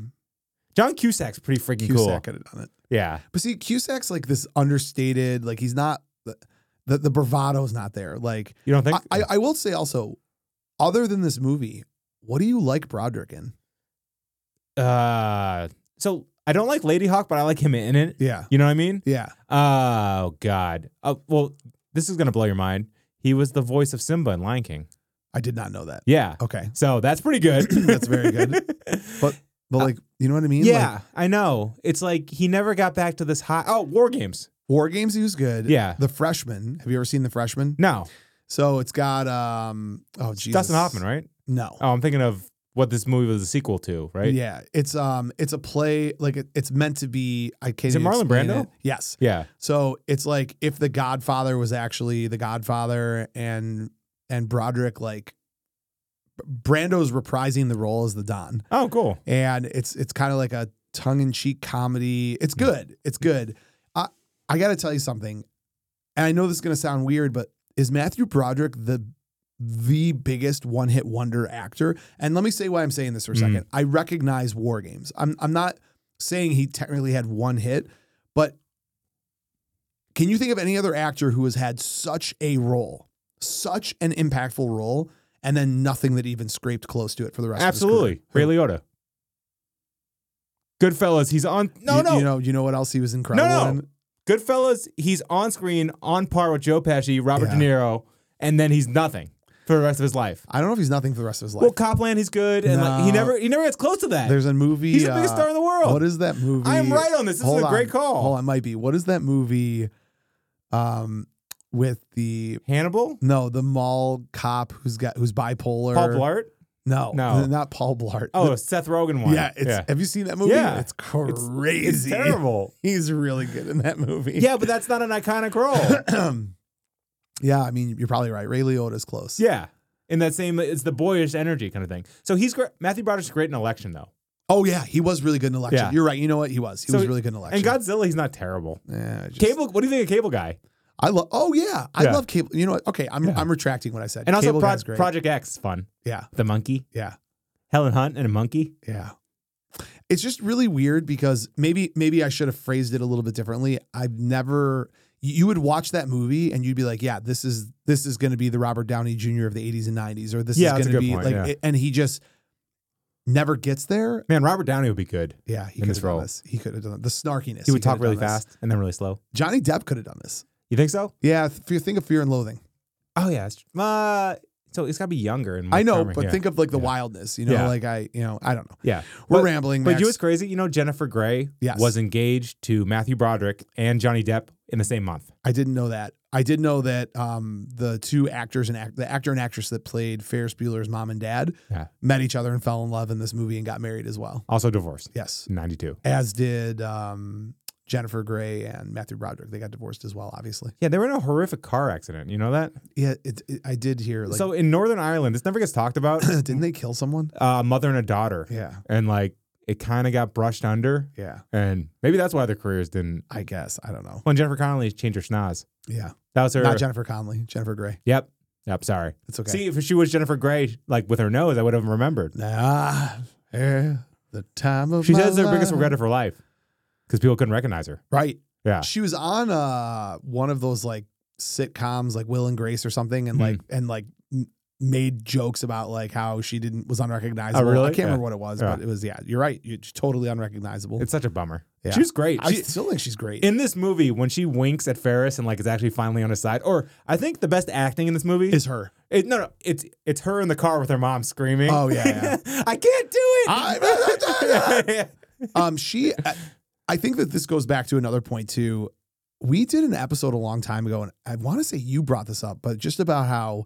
John Cusack's pretty freaking
Cusack
cool.
could have done it.
Yeah.
But see, Cusack's like this understated, like he's not the the bravado's not there. Like
You don't think?
I, I, I will say also, other than this movie, what do you like Broderick in?
uh, so I don't like Lady Hawk, but I like him in it.
Yeah.
You know what I mean?
Yeah.
Oh God. Oh well, this is gonna blow your mind. He was the voice of Simba in Lion King.
I did not know that.
Yeah.
Okay.
So that's pretty good.
That's very good. But But
Uh,
like, you know what I mean?
yeah,
Like,
I know. It's like he never got back to this high. Oh, War Games.
War Games he was good.
Yeah.
The Freshman. Have you ever seen The Freshman?
No,
So it's got um oh
It's
Jesus.
Dustin Hoffman, right?
No.
Oh, I'm thinking of what this movie was a sequel to, right?
Yeah, it's um, it's a play like it, it's meant to be. I can't.
Is it
even
Marlon
explain
Brando?
it. Yes.
Yeah.
So it's like if The Godfather was actually The Godfather, and and Broderick like Brando's reprising the role as the Don,
Oh, cool.
and it's it's kind of like a tongue in cheek comedy. It's
Mm.
good. It's good. I I gotta tell you something, and I know this is gonna sound weird, but is Matthew Broderick the the biggest one hit wonder actor? And let me say why I'm saying this for a
Mm.
second. I recognize War Games. I'm I'm not saying he technically had one hit, but can you think of any other actor who has had such a role, such an impactful role, and then nothing that even scraped close to it for the rest of his
Absolutely.
career?
Ray Liotta. Goodfellas, he's on. No,
you,
no.
You know, you know what else he was incredible
No, no.
in?
Goodfellas, he's on screen on par with Joe Pesci, Robert
Yeah.
De Niro, and then he's nothing for the rest of his life.
I don't know if he's nothing for the rest of his life.
Well, Copland, he's good, and like, he
No.
never he never gets close to that.
There's a movie.
he's the biggest
uh,
star in the world.
What is that movie?
I am right on this. This
Hold
is a great
on.
call.
Hold on, might be. What is that movie? Um, with the
Hannibal,
no, the mall cop who's got who's bipolar.
Paul Blart.
No,
No.
not Paul Blart.
Oh,
The-
Seth Rogen one.
yeah. It's, Have you seen that movie?
Yeah.
it's
It's- it's
crazy.
It's terrible.
He's really good in that movie.
yeah, but that's not an iconic role.
yeah. I mean, you're probably right. Ray Liotta's close.
yeah. In that same, it's the boyish energy kind of thing. So he's great. Matthew Broderick's great in election though,
Oh yeah, he was really good in election.
Yeah.
You're right. You know what? He was. He
So-
was really good in election.
and Godzilla he's not terrible.
yeah, just-
Cable, what do you think of Cable Guy?
I love. Oh yeah, I
Yeah.
love cable. You know what? Okay, I'm
Yeah.
I'm retracting what I said.
And also
cable
Pro-
guy's great.
Project X, is fun.
Yeah.
The monkey,
yeah,
Helen Hunt, and a monkey.
yeah. It's just really weird because maybe maybe I should have phrased it a little bit differently. I've never. You you would watch that movie and you'd be like, "Yeah, this is this is going to be the Robert Downey Jr. of the '80s and '90s," or this
Yeah,
is
that's a
going to
good
be
point,
like,
yeah.
it- and he just never gets there.
Man, Robert Downey would be good.
Yeah, he
In
could
this
have done
role.
this. He could have done it. the snarkiness.
He would talk
could've
really
done this.
fast and then really slow.
Johnny Depp could have done this.
You think so?
Yeah, if you think of Fear and Loathing.
Oh yeah. It's, uh, so it's got to be younger. And more
I know,
charming,
but
yeah.
think of like the
Yeah.
wildness. You know,
Yeah.
like I, you know, I don't know.
Yeah.
We're
But-
rambling,
But
Max.
you know what's crazy? You know, Jennifer Grey
Yes.
was engaged to Matthew Broderick and Johnny Depp in the same month.
I didn't know that. I did know that um, the two actors and act, the actor and actress that played Ferris Bueller's mom and dad
Yeah.
met each other and fell in love in this movie and got married as well.
Also divorced.
Yes,
92.
as did um, Jennifer Grey and Matthew Broderick. They got divorced as well, obviously.
Yeah, they were in a horrific car accident. You know that?
Yeah, it, it- I did hear. Like,
so in Northern Ireland, this never gets talked about.
didn't they kill someone?
a mother and a daughter.
Yeah,
And like it kind of got brushed under.
yeah.
And maybe that's why their careers didn't.
I guess I don't know.
When Jennifer Connelly changed her schnoz.
Yeah,
That was her.
not Jennifer Connelly, Jennifer Grey.
yep. Yep. Sorry.
It's okay.
See, if she was Jennifer Grey, like with her nose, I would have remembered.
nah, eh, the time of
She
Oh, my
says her biggest
life.
regret of her life because people couldn't recognize her.
Right.
Yeah.
She was on uh one of those like sitcoms like Will and Grace or something and
Mm-hmm.
like and like m- made jokes about like how she didn't was unrecognizable.
Oh, really?
I can't
Yeah.
remember what it was, but
Yeah.
it was yeah, you're right. You're totally unrecognizable.
It's such a
Oh.
bummer.
Yeah.
She's great.
I
She-
still think she's great.
in this movie, when she winks at Ferris and like is actually finally on his side, or I think the best acting in this movie
is her.
It, no, no, it's it's her in the car with her mom screaming.
Oh, yeah,
I can't do
I-
it.
Um she I, I think that this goes back to another point too. We did an episode a long time ago and I want to say you brought this up, but just about how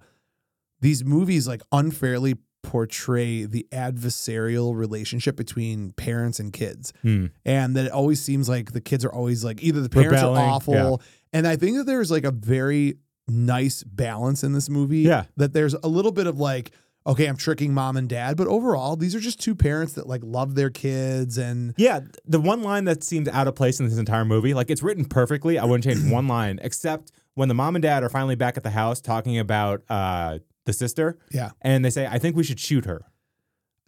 these movies like unfairly portray the adversarial relationship between parents and kids.
Hmm.
and that it always seems like the kids are always like either the parents
Rebelling,
are awful and i think that there's like a very nice balance in this movie
Yeah.
that there's a little bit of like okay i'm tricking mom and dad but overall these are just two parents that like love their kids and
Yeah, the one line that seems out of place in this entire movie, like it's written perfectly. I wouldn't change one line, except when the mom and dad are finally back at the house talking about uh, the sister,
yeah
and they say, "I think we should shoot her."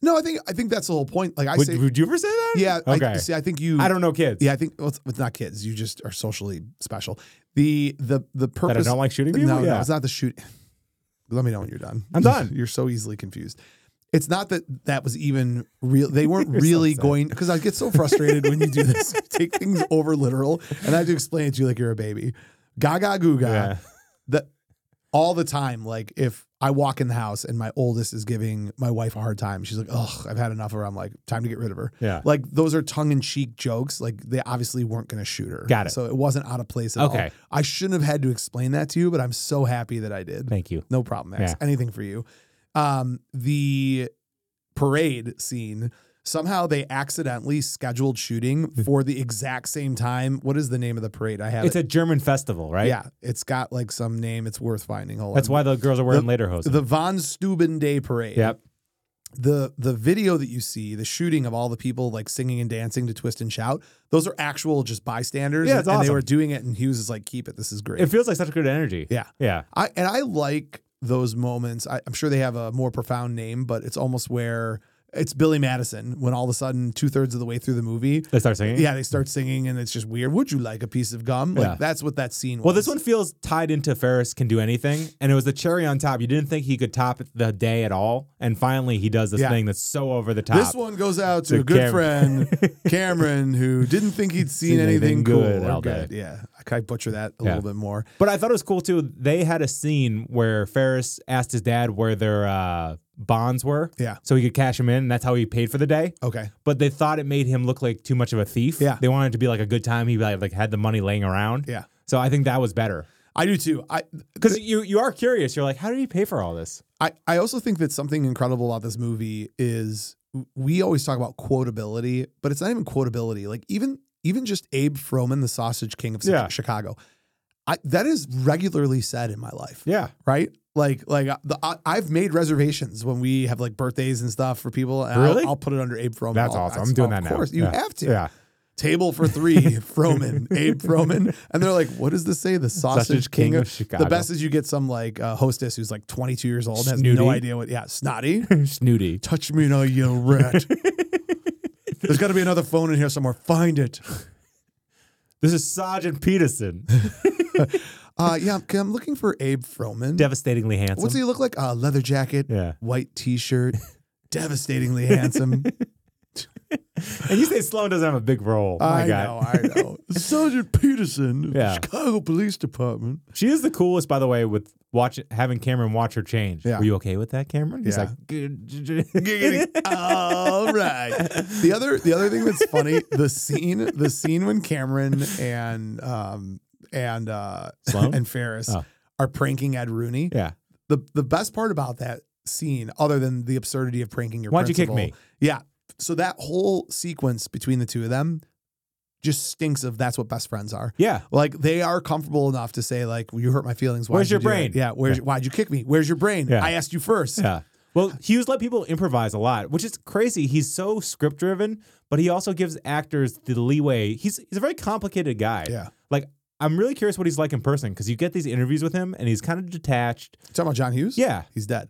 No, I think I think that's the whole point. Like I
Would,
say,
would you ever say that?
yeah.
Okay.
I, see, I think you.
I don't know kids.
Yeah, I think well, it's, it's not kids. You just are socially special. The the the
That I
purpose.
don't like shooting people.
no,
yeah.
no, it's not the shoot. Let me know when you're done.
I'm done.
you're so easily confused. It's not that that was even real. They weren't
You're so
really
sad.
going because I get so frustrated when you do this. You take things over literal, and I have to explain it to you like you're a baby. Gaga Guga
Yeah.
that all the time. Like if I walk in the house and my oldest is giving my wife a hard time, she's like, "Oh, I've had enough of her." I'm like, "Time to get rid of her."
Yeah.
Like those are tongue in cheek jokes. Like they obviously weren't going to shoot her.
Got it.
So it wasn't out of place at
Okay.
all. I shouldn't have had to explain that to you, but I'm so happy that I did.
Thank you.
No problem, Max.
Yeah.
Anything for you. Um, the parade scene. Somehow they accidentally scheduled shooting
Mm.
for the exact same time. What is the name of the parade? I have
It's
it.
a German festival, right?
Yeah, it's got like some name. It's worth finding. Hold
That's
on.
why the girls are wearing
The-
lederhosen.
the Von Steuben Day Parade.
yep.
The the video that you see, the shooting of all the people like singing and dancing to Twist and Shout. Those are actual just bystanders.
Yeah,
and,
it's
and they
awesome.
were doing it, and Hughes is like, "Keep it. This is great."
It feels like such good energy.
Yeah.
Yeah.
I and I like those moments. I, I'm sure they have a more profound name, but it's almost where it's Billy Madison when all of a sudden two thirds of the way through the movie,
They start singing.
yeah, they start singing and it's just weird. Would you like a piece of gum? Like
Yeah.
that's what that scene was.
Well, this one feels tied into Ferris can do anything, and it was the cherry on top. You didn't think he could top the day at all, and finally he does this
Yeah.
thing that's so over the top.
This one goes out to
To
a good
Cam-
friend, Cameron, who didn't think he'd seen
Seen
anything,
anything
cool
good
or
all
good. Yeah, I could butcher that a
Yeah.
little bit more.
But I thought it was cool too. They had a scene where Ferris asked his dad where their uh, bonds were,
Yeah.
so he could cash them in, and that's how he paid for the day.
Okay.
But they thought it made him look like too much of a thief.
Yeah.
they wanted it to be like a good time. He like, like had the money laying around.
Yeah.
So I think that was better
I do too. I
because you you are curious. You're like, how did he pay for all this?
I, I also think that something incredible about this movie is we always talk about quotability, but it's not even quotability. Like even even just Abe Froman, the Sausage King of Chi-
Yeah.
Chicago, I, that is regularly said in my life.
Yeah,
Right? Like like uh, the, I, I've made reservations when we have like birthdays and stuff for people. And
Really?
I'll, I'll put it under Abe Froman.
that's
I'll-
awesome. I'm doing that
of
now.
course, you
Yeah.
have to.
Yeah,
Table for three, Froman, Abe Froman, and they're like, "What does this say?" The Sausage, King, of
Chicago.
the best is you get some like uh, hostess who's like 22 years old and has
Snooty.
no idea what. Yeah, snotty.
snooty.
Touch me now, you rat. There's got to be another phone in here somewhere. Find it.
This is Sergeant Peterson,
Uh, yeah, I'm, I'm looking for Abe Froman.
devastatingly handsome.
What's he look like? Uh, leather jacket,
yeah,
white T-shirt, devastatingly handsome.
and you say Sloan doesn't have a big role. My
I
God.
know, I know. Sergeant Peterson, of the
Yeah.
Chicago Police Department.
She is the coolest, by the way, with watch having Cameron watch her change.
Yeah.
Were you okay with that, Cameron? He's
Yeah.
like, "Good, j- j-"
Giggity. Uh, All right. The other the other thing that's funny, the scene the scene when Cameron and um and uh
Sloan?
and Ferris
Oh.
are pranking Ed Rooney.
yeah.
The the best part about that scene, other than the absurdity of pranking your
Why'd you kick
principal-
me?
Yeah. So that whole sequence between the two of them just stinks of that's what best friends are.
Yeah.
Like they are comfortable enough to say like you hurt my feelings. Why'd
Where's
you
your
do that?
brain?
Yeah. Where's
Yeah.
why'd you kick me? Where's your brain?
Yeah.
I asked you first.
Yeah. Well, Hughes let people improvise a lot, which is crazy. He's so script driven, but he also gives actors the leeway. He's he's a very complicated guy.
Yeah.
Like I'm really curious what he's like in person because you get these interviews with him and he's kind of detached.
Talking about John Hughes?
Yeah.
He's dead.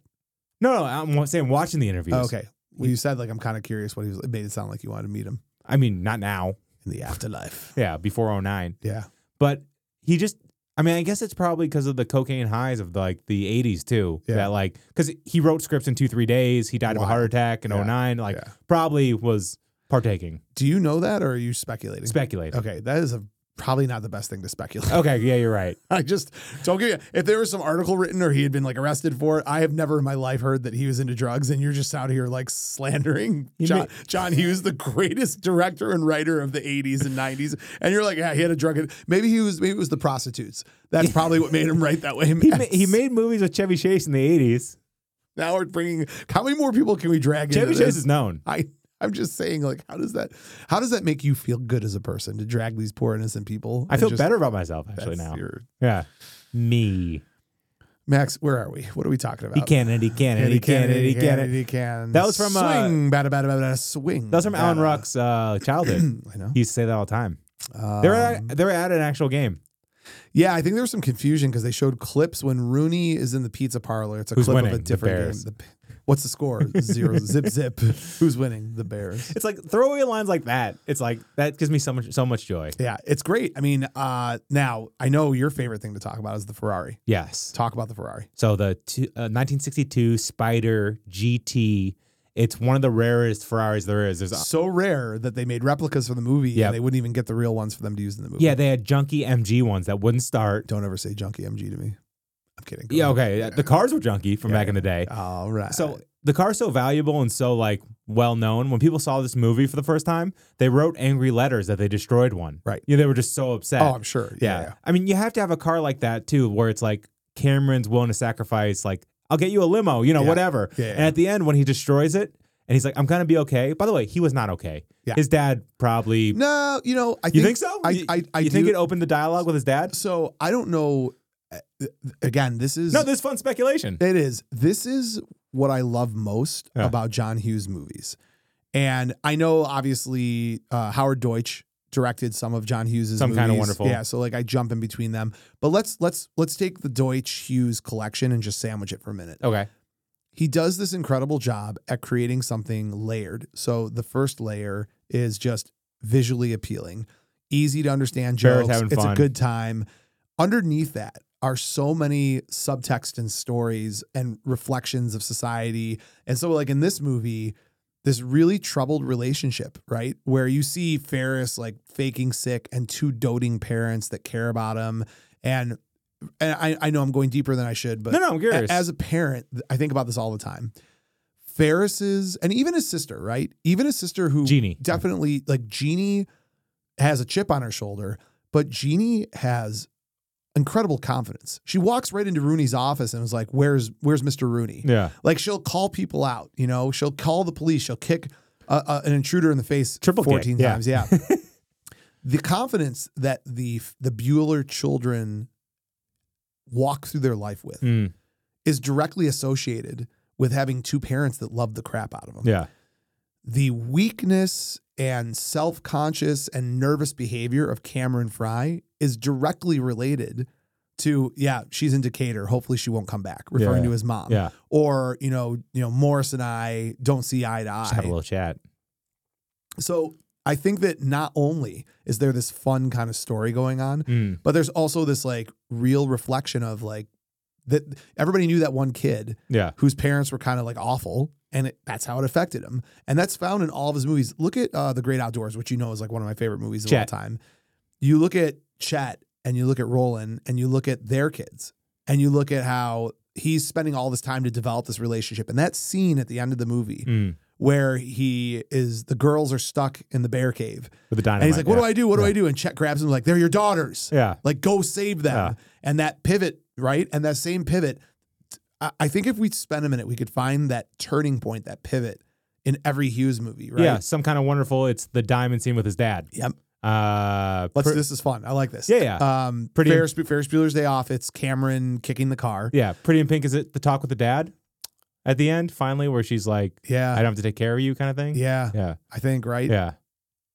No, no, I'm saying watching the interviews.
Oh, okay. Well, you said like I'm kind of curious what he was. It made it sound like you wanted to meet him
I mean, not now.
in the afterlife.
Yeah, before 09.
Yeah.
But he just I mean, I guess it's probably because of the cocaine highs of like the 80s too.
Yeah.
That like cuz he wrote scripts in 2-3 days, he died of a
Wow.
heart attack in
Yeah.
09, like
Yeah.
probably was partaking,
Do you know that, or are you speculating?
speculating.
okay, that is a probably not the best thing to speculate.
Okay, yeah, you're right.
I just don't give you. If there was some article written or he had been like arrested for it, I have never in my life heard that he was into drugs, and you're just out here like slandering
He
John,
may-
John Hughes, the greatest director and writer of the 80s and 90s, and you're like, yeah, he had a drug. Maybe he was. Maybe it was the prostitutes. That's probably what made him write that way.
He, ma- he made movies with Chevy Chase in the 80s.
Now we're bringing. How many more people can we drag
Chevy
into
Chase
this?
is known.
I I'm just saying, like, how does that how does that make you feel good as a person to drag these poor innocent people?
I
and
feel
just-
better about myself actually
that's
now.
your-
yeah. Me.
Max, where are we? What are we talking about?
He can it, he can it, he can it, he can it.
he can.
That was from, uh,
swing, bada bada bada bada, swing.
That was from Alan
bada.
Ruck's uh, childhood.
I know.
he used to say that all the time.
Um,
They're at, they're at an actual game.
yeah, I think there was some confusion because they showed clips when Rooney is in the pizza parlor. It's a
Who's
clip of
winning?
a
The
different
Bears.
game. The, What's the score? Zero. zip zip. Who's winning? The Bears.
It's like throwaway lines like that. It's like that gives me so much so much joy.
Yeah, it's great. I mean, uh, now I know your favorite thing to talk about is the Ferrari.
Yes.
Talk about the Ferrari.
So the two, uh, 1962 Spider GT. It's one of the rarest Ferraris there is. There's a-
So rare that they made replicas for the movie,
Yep.
and they wouldn't even get the real ones for them to use in the movie.
yeah, they had junky MG ones that wouldn't start.
Don't ever say junkie MG to me. I'm kidding. Go
Yeah,
ahead.
okay. The cars were junky from
Yeah,
back in the day.
All right. Oh,
So the car's so valuable and so like well known. When people saw this movie for the first time, they wrote angry letters that they destroyed one.
Right.
You know, they were just so upset.
oh, I'm sure.
yeah. I mean, you have to have a car like that too, where it's like Cameron's willing to sacrifice, like, I'll get you a limo, you know,
Yeah.
whatever.
Yeah, yeah.
And at the end, when he destroys it and he's like, I'm gonna be okay. By the way, he was not okay.
Yeah.
His dad probably
No, you know, I
You
think
think so?
I-
You-
I- I
you think
do-
it opened the dialogue with his dad?
so. I don't know. uh, Again, this is
No, this is fun speculation.
It is. This is what I love most
Yeah.
about John Hughes movies. And I know obviously uh, Howard Deutsch directed some of John Hughes's
Some
movies.
Kinda Wonderful.
Yeah, so like I jump in between them. But let's let's let's take the Deutsch Hughes collection and just sandwich it for a minute.
Okay.
He does this incredible job at creating something layered. So the first layer is just visually appealing, easy to understand
Barrett's
jokes.
having
It's a
fun.
good time. Underneath that are so many subtext and stories and reflections of society. And so, like in this movie, this really troubled relationship, right? Where you see Ferris like faking sick and two doting parents that care about him. And and I, I know I'm going deeper than I should, but
No, no, I'm curious.
a- As a parent, th- I think about this all the time. Ferris's and even his sister, right? Even his sister, who
Genie.
definitely like Jeannie has a chip on her shoulder, but Jeannie has incredible confidence. She walks right into Rooney's office and was like, "Where's Where's Mr. Rooney?"
Yeah.
Like she'll call people out. You know, she'll call the police. She'll kick uh, uh, an intruder in the face
Triple kick,
fourteen
yeah.
times. Yeah. the confidence that the the Bueller children walk through their life with
Mm,
is directly associated with having two parents that love the crap out of them.
yeah.
The weakness and self conscious and nervous behavior of Cameron Fry is directly related to, yeah, she's in Decatur. Hopefully she won't come back, referring
Yeah.
to his mom.
Yeah.
Or, you know, you know, Morris and I don't see eye to eye.
Just have a little chat.
So I think that not only is there this fun kind of story going on,
Mm,
but there's also this like real reflection of like that everybody knew that one kid
yeah.
whose parents were kind of like awful, and it, that's how it affected him. And that's found in all of his movies. Look at uh, The Great Outdoors, which you know is like one of my favorite movies of
Chet.
all time. You look at Chet and you look at Roland and you look at their kids and you look at how he's spending all this time to develop this relationship. And that scene at the end of the movie
Mm,
where he is, the girls are stuck in the bear cave.
with the dynamite.
And he's like, what
yeah.
do I do? What do
Yeah.
I do? And Chet grabs him like, they're your daughters.
Yeah.
Like, go save them.
Yeah.
And that pivot, right? And that same pivot, I- I think if we spend a minute, we could find that turning point, that pivot in every Hughes movie, right?
Yeah, some kind of wonderful. It's the diamond scene with his dad.
Yep.
Uh,
Let's,
pre-
this is fun. I like this.
Yeah, yeah.
Um,
Pretty-
Ferris, Ferris Bueller's Day Off. It's Cameron kicking the car.
yeah, Pretty in Pink is it the talk with the dad at the end finally where she's like, I
Yeah.
don't have to take care of you kind of thing.
Yeah.
yeah,
I think, right?
yeah.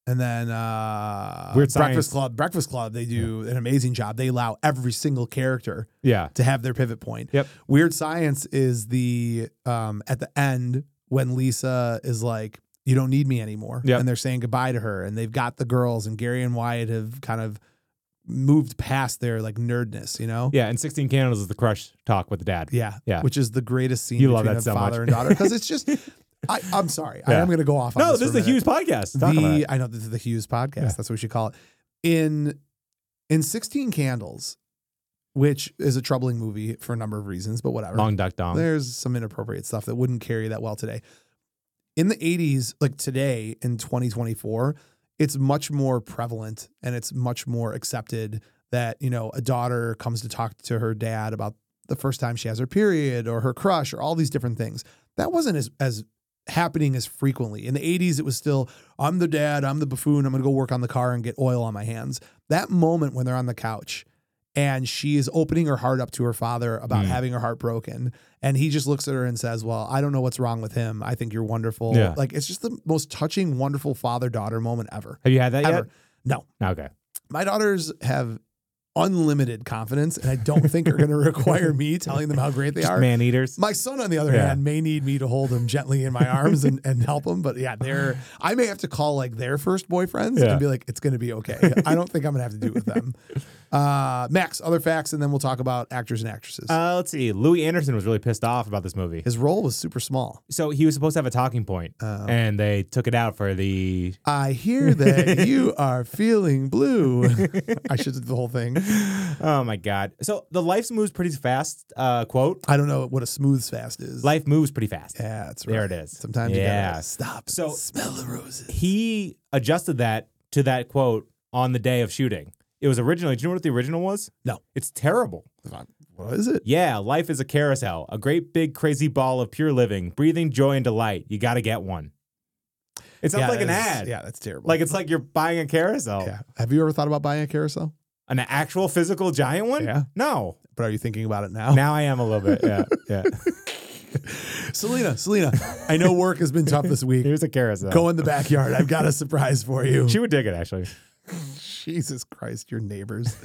And then uh,
Weird Science.
Breakfast Club. Breakfast Club, they do an amazing job. They allow every single character
yeah.
to have their pivot point.
Yep.
Weird Science is the um at the end when Lisa is like, "You don't need me anymore,"
Yep.
and they're saying goodbye to her, and they've got the girls, and Gary and Wyatt have kind of moved past their like nerdness, you know.
Yeah, and 16 Candles is the crush talk with the dad.
Yeah,
Yeah.
which is the greatest scene
You love
between
that
a
so
father and
much.
daughter because it's just. I, I'm sorry, I
Yeah.
am going to go off. on
No,
this,
this is
for
a
a minute.
huge podcast. Talk about
The
it.
I know this is the Hughes podcast.
Yeah.
That's what we should call it. In in 16 Candles, which is a troubling movie for a number of reasons, but whatever.
Long Duck Dong.
There's some inappropriate stuff that wouldn't carry that well today. In the 80s, like today in 2024, it's much more prevalent and it's much more accepted that, you know, a daughter comes to talk to her dad about the first time she has her period or her crush or all these different things. That wasn't as as happening as frequently. In the 80s, it was still, I'm the dad, I'm the buffoon, I'm gonna go work on the car and get oil on my hands. That moment when they're on the couch and she is opening her heart up to her father about
Mm.
having her heart broken. And he just looks at her and says, Well, I don't know what's wrong with him. I think you're wonderful.
Yeah.
Like it's just the most touching, wonderful father daughter moment ever.
Have you had that
Ever.
yet?
No.
Okay.
My daughters have unlimited confidence, and I don't think are going to require me telling them how great they are.
man eaters.
My son, on the other
Yeah.
hand, may need me to hold him gently in my arms and, and help him. But yeah, they're I may have to call like their first boyfriends
Yeah.
and be like, it's gonna be okay. I don't think I'm gonna have to do it with them. Uh, Max, other facts, and then we'll talk about actors and actresses.
Uh, let's see. Louis Anderson was really pissed off about this movie.
His role was super small.
So he was supposed to have a talking point,
Um,
and they took it out for the.
I hear that you are feeling blue. I should do the whole thing.
Oh my god! So the life moves pretty fast. Uh, quote:
I don't know what a smooth fast is.
Life moves pretty fast.
yeah, that's right.
There it is.
Sometimes you
Yeah.
gotta stop. and
So-
smell the roses.
He adjusted that to that quote on the day of shooting. It was originally. Do you know what the original was?
No.
It's terrible.
What is it?
Yeah, life is a carousel, a great big crazy ball of pure living, breathing joy and delight. You got to get one. It sounds
Yeah,
like an
that's-
ad.
Yeah, that's terrible.
Like it's like you're buying a carousel.
Yeah. Have you ever thought about buying a carousel?
An actual physical giant one?
Yeah. Oh.
No.
But are you thinking about it now?
Now I am a little bit. Yeah. Yeah.
Selena, Selena, I know work has been tough this week.
Here's a carousel.
Go in the backyard. I've got a surprise for you.
She would dig it actually.
Jesus Christ, your neighbors.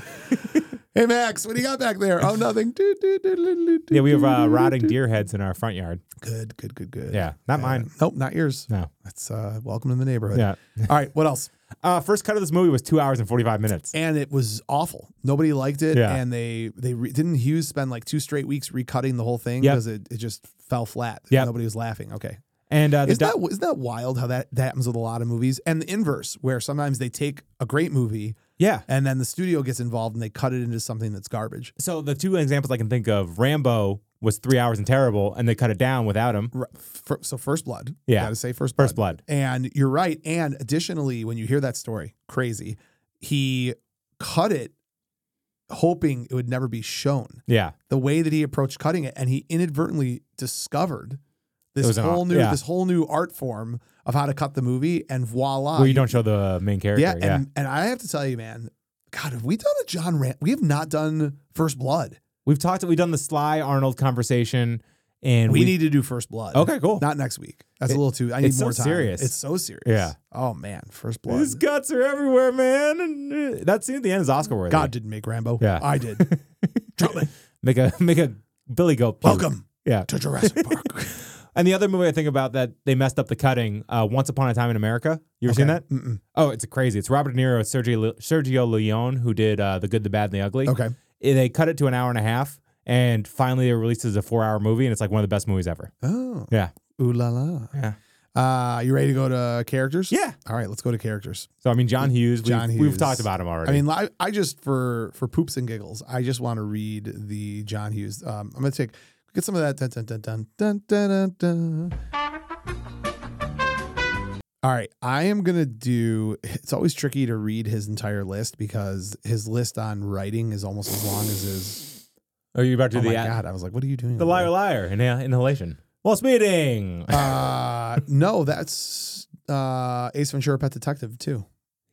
hey Max, what do you got back there? Oh, nothing. Do, do, do, do, do, do,
Yeah, we have
do,
uh,
do,
rotting
do.
deer heads in our front yard.
Good, good, good, good.
Yeah. Not
Uh,
mine.
Nope, not yours.
No.
That's uh, welcome to the neighborhood.
Yeah.
All right, what else?
Uh, first cut of this movie was two hours and 45 minutes.
And it was awful. Nobody liked it,
Yeah.
and they they re- didn't Hughes spend like two straight weeks recutting the whole thing
Yep.
because it, it just fell flat.
Yep.
nobody was laughing. Okay,
And uh, the
Is
di-
that isn't that wild how that, that happens with a lot of movies? And the inverse, where sometimes they take a great movie
yeah.
and then the studio gets involved and they cut it into something that's garbage.
So the two examples I can think of, Rambo was three hours and terrible, and they cut it down without him.
R- fir- So First Blood,
Yeah.
gotta say First Blood.
First Blood.
And you're right. And additionally, when you hear that story, crazy, he cut it, hoping it would never be shown.
Yeah.
The way that he approached cutting it, and he inadvertently discovered
It
this
was an
whole
art-
new
yeah.
this whole new art form of how to cut the movie, and voila,
Where you
you
don't show the main character. Yeah.
Um, Yeah, and, and I have to tell you, man, God, have we done a John Ram? We have not done First Blood.
We've talked, we've done the Sly Arnold conversation, and
we
we
need to do First Blood.
Okay, cool.
Not next week. That's
It-
a little too. I need
it's so
more time.
serious.
It's so serious.
Yeah.
Oh man, First Blood.
His guts are everywhere, man. And uh, that scene at the end is Oscar worthy.
God didn't make Rambo.
Yeah.
I did. Truman,
make a make a Billy Goat. puke.
welcome
Yeah.
to Jurassic Park.
And the other movie I think about that they messed up the cutting, uh, Once Upon a Time in America. You ever seen that?
Mm-mm.
Oh, it's crazy. It's Robert De Niro, Sergio Le- Sergio Leone, who did uh, The Good, the Bad, and the Ugly.
Okay.
Eh, They cut it to an hour and a half, and finally it releases a four-hour movie, and it's like one of the best movies ever.
Oh.
Yeah.
Ooh la la.
Yeah.
Uh, you ready to go to characters?
Yeah.
All right, let's go to characters.
So I mean, John Hughes. We've,
John
We've
Hughes.
talked about him already.
I mean, I, I just for for poops and giggles, I just want to read the John Hughes. Um, I'm gonna take get some of that. Dun, dun, dun, dun, dun, dun, dun, dun. All right, I am gonna do. It's always tricky to read his entire list because his list on writing is almost as long as his.
are you about to
Oh
do
my
the ad-
god! I was like, what are you doing?
the
over
liar liar inha- inhalation? Well, meeting.
there? Uh, no, that's uh Ace Ventura: Pet Detective too.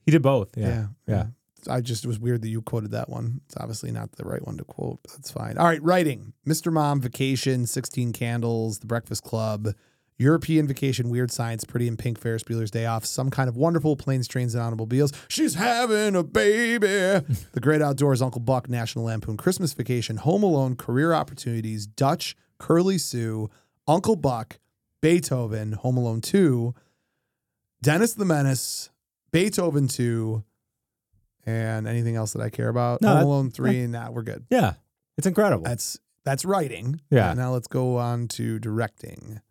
he did both. Yeah.
Yeah.
Yeah.
I just, it was weird that you quoted that one. It's obviously not the right one to quote, but that's fine. All right, writing Mr. Mom, Vacation, 16 Candles, The Breakfast Club, European Vacation, Weird Science, Pretty in Pink, Ferris Bueller's Day Off, Some Kind of Wonderful, Planes, Trains, and Automobiles. She's having a baby. the Great Outdoors, Uncle Buck, National Lampoon, Christmas Vacation, Home Alone, Career Opportunities, Dutch, Curly Sue, Uncle Buck, Beethoven, Home Alone 2, Dennis the Menace, Beethoven 2, and anything else that I care about.
No,
Home
that-
Alone 3, and nah, we're good.
Yeah. It's incredible.
That's that's writing.
Yeah.
Now let's go on to directing.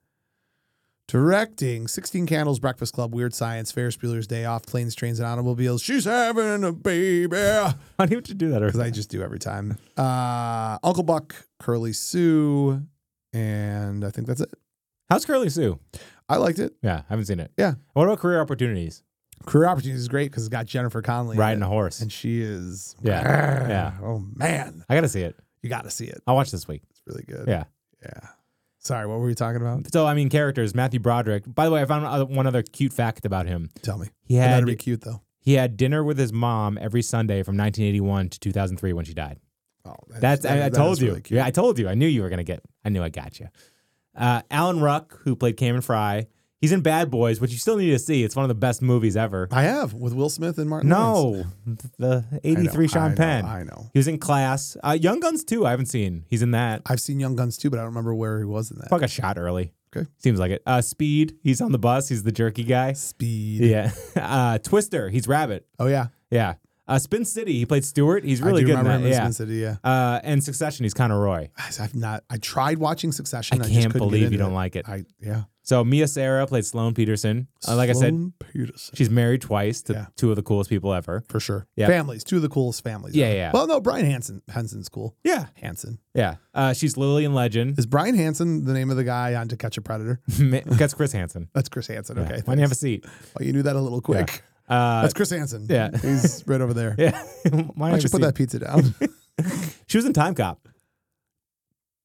Directing 16 Candles, Breakfast Club, Weird Science, Ferris Bueller's Day Off, Planes, Trains, and Automobiles. She's having a baby.
Why did you do that?
because I
Or
just do every time. Uh, Uncle Buck, Curly Sue, and I think that's it.
how's Curly Sue?
I liked it.
Yeah, haven't seen it.
Yeah.
What about career opportunities?
Career Opportunities is great because it's got Jennifer Connelly in
Riding
it.
a horse.
and she is
Yeah.
Arrgh.
Yeah.
Oh man,
I gotta see it.
you got to see it.
I'll watch this week.
It's really good.
Yeah.
yeah. Sorry, what were we talking about?
So I mean, characters. Matthew Broderick. By the way, I found other- one other cute fact about him.
Tell me.
He
Yeah,
had
that'd be cute though.
he had dinner with his mom every Sunday from 1981 to 2003 when she died.
Oh,
That's I, I
that
told
is
you.
really cute.
yeah, I told you. I knew you were gonna get. I knew I got you. Uh, Alan Ruck, who played Cameron Fry, He's in Bad Boys, which you still need to see. It's one of the best movies ever.
I have with Will Smith and Martin. Lawrence.
No, the
I know,
'83
I
Sean
know,
Penn.
I know.
He was in Class. Uh, Young Guns too. I haven't seen. He's in that.
I've seen Young Guns too, but I don't remember where he was in that.
Probably got shot early.
Okay.
Seems like it. Uh, Speed. He's on the bus. He's the jerky guy.
Speed.
Yeah. Uh, Twister. He's Rabbit.
Oh yeah,
Yeah. Uh, Spin City. He played Stewart. He's really
I do
good in
remember
that.
him in
yeah.
Spin City. Yeah,
Uh, and Succession. He's Conor Roy.
I've not. I tried watching Succession.
I
I, just
can't
couldn't get
believe
into
you don't
it.
like it.
I yeah.
So Mia Sarah played Sloane Peterson. Uh, like I said,
Sloan Peterson.
she's married twice to
Yeah.
two of the coolest people ever.
for sure.
Yeah.
Families, two of the coolest families.
Yeah, yeah.
Well, no, Brian Hansen. Hansen's cool.
Yeah.
Hansen
Yeah. Uh, she's Lillian Legend.
is Brian Hansen the name of the guy on To Catch a Predator?
That's Chris Hansen.
That's Chris Hansen.
Yeah.
Okay,
Why don't you have a
thanks.
seat?
Oh, you knew that a little quick.
Uh,
That's Chris Hansen.
yeah.
he's right over there.
yeah. Why
Why don't you put that pizza down?
She was in Time Cop.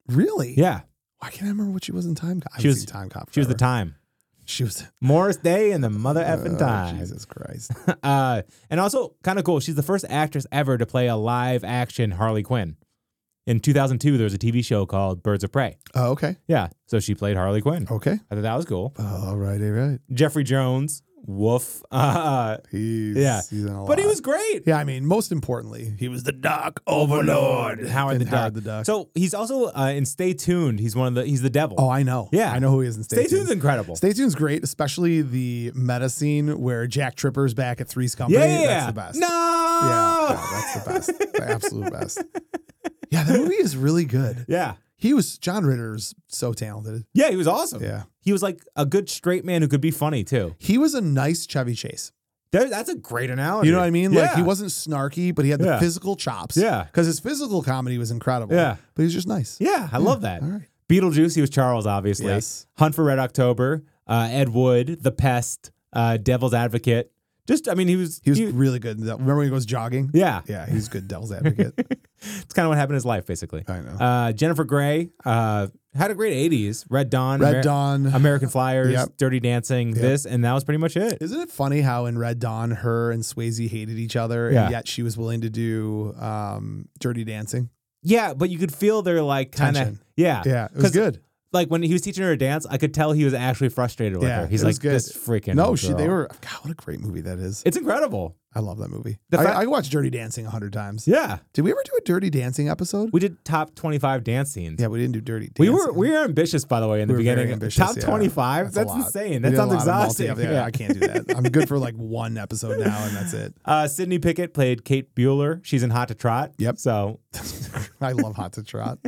really?
Yeah.
Why can't I remember what she was in Time Cop? I
She
haven't
was-
seen Time Cop.
She was the
forever.
time.
She was
Morris Day and the mother effing
Oh,
time.
Jesus Christ.
Uh, and also, kind of cool, she's the first actress ever to play a live action Harley Quinn. In 2002, there was a TV show called Birds of Prey.
Oh, okay.
Yeah. So she played Harley Quinn.
Okay.
I thought that was cool.
All right. All right.
Jeffrey Jones, woof. Uh,
He's
Yeah.
He's in a
but he
lot.
was great.
Yeah, I mean, most importantly, he was the Dark
Overlord, Howard the
And Howard the Duck.
So he's also uh, in Stay Tuned. He's one of the, he's the devil.
oh, I know.
Yeah.
I know who he is in Stay,
Stay,
Tuned.
Tuned's incredible.
Stay Tuned's great, especially the meta scene where Jack Tripper's back at Three's Company.
yeah, yeah, yeah.
That's the best.
No.
Yeah, yeah, that's the best. the absolute best. Yeah, that movie is really good.
yeah.
He was, John Ritter's so talented.
Yeah, he was awesome.
Yeah.
He was like a good straight man who could be funny too.
He was a nice Chevy Chase.
There, that's a great analogy.
You know what I mean? Like
Oh, Yeah.
he wasn't snarky, but he had the
Yeah.
physical chops.
Yeah.
Because his physical comedy was incredible.
Yeah.
But he was just nice.
Yeah, I love that.
All right.
Beetlejuice, he was Charles, obviously.
Yes.
Hunt for Red October, uh, Ed Wood, The Pest, uh, Devil's Advocate. Just, I mean, he was,
He was
he-
really good. in that- Remember when he goes jogging?
yeah,
Yeah, he's good devil's advocate.
it's kind of what happened in his life, basically.
I know.
Uh, Jennifer Grey uh, had a great 80s. Red Dawn,
Red
Amer-
Dawn.
American Flyers,
Yep.
Dirty Dancing, this, and that was pretty much it.
Isn't it funny how in Red Dawn, her and Swayze hated each other,
Yeah.
and yet she was willing to do um, Dirty Dancing?
Yeah, but you could feel their like kind of,
Tension.
yeah.
Yeah, it was
'Cause
good.
Like when he was teaching her to dance, I could tell he was actually frustrated with
Yeah,
her. He's
it
like,
was good.
this freaking.
No, she,
girl."
they were. God, what a great movie that is.
It's incredible.
I love that movie.
The
I,
fact-
I watched Dirty Dancing a hundred times.
Yeah.
Did we ever do a Dirty Dancing episode?
We did top 25 dance scenes.
yeah, we didn't do Dirty Dancing.
We were we were ambitious, by the way, in the
We were very
beginning.
ambitious,
Top
yeah.
twenty five.
a
That's,
lot.
insane.
We
That
did a
sounds
lot of multi-
exhausting.
yeah, I can't do that. I'm good for like one episode now, and that's it.
Uh, Sydney Pickett played Kate Bueller. She's in Hot to Trot.
Yep.
So,
I love Hot to Trot.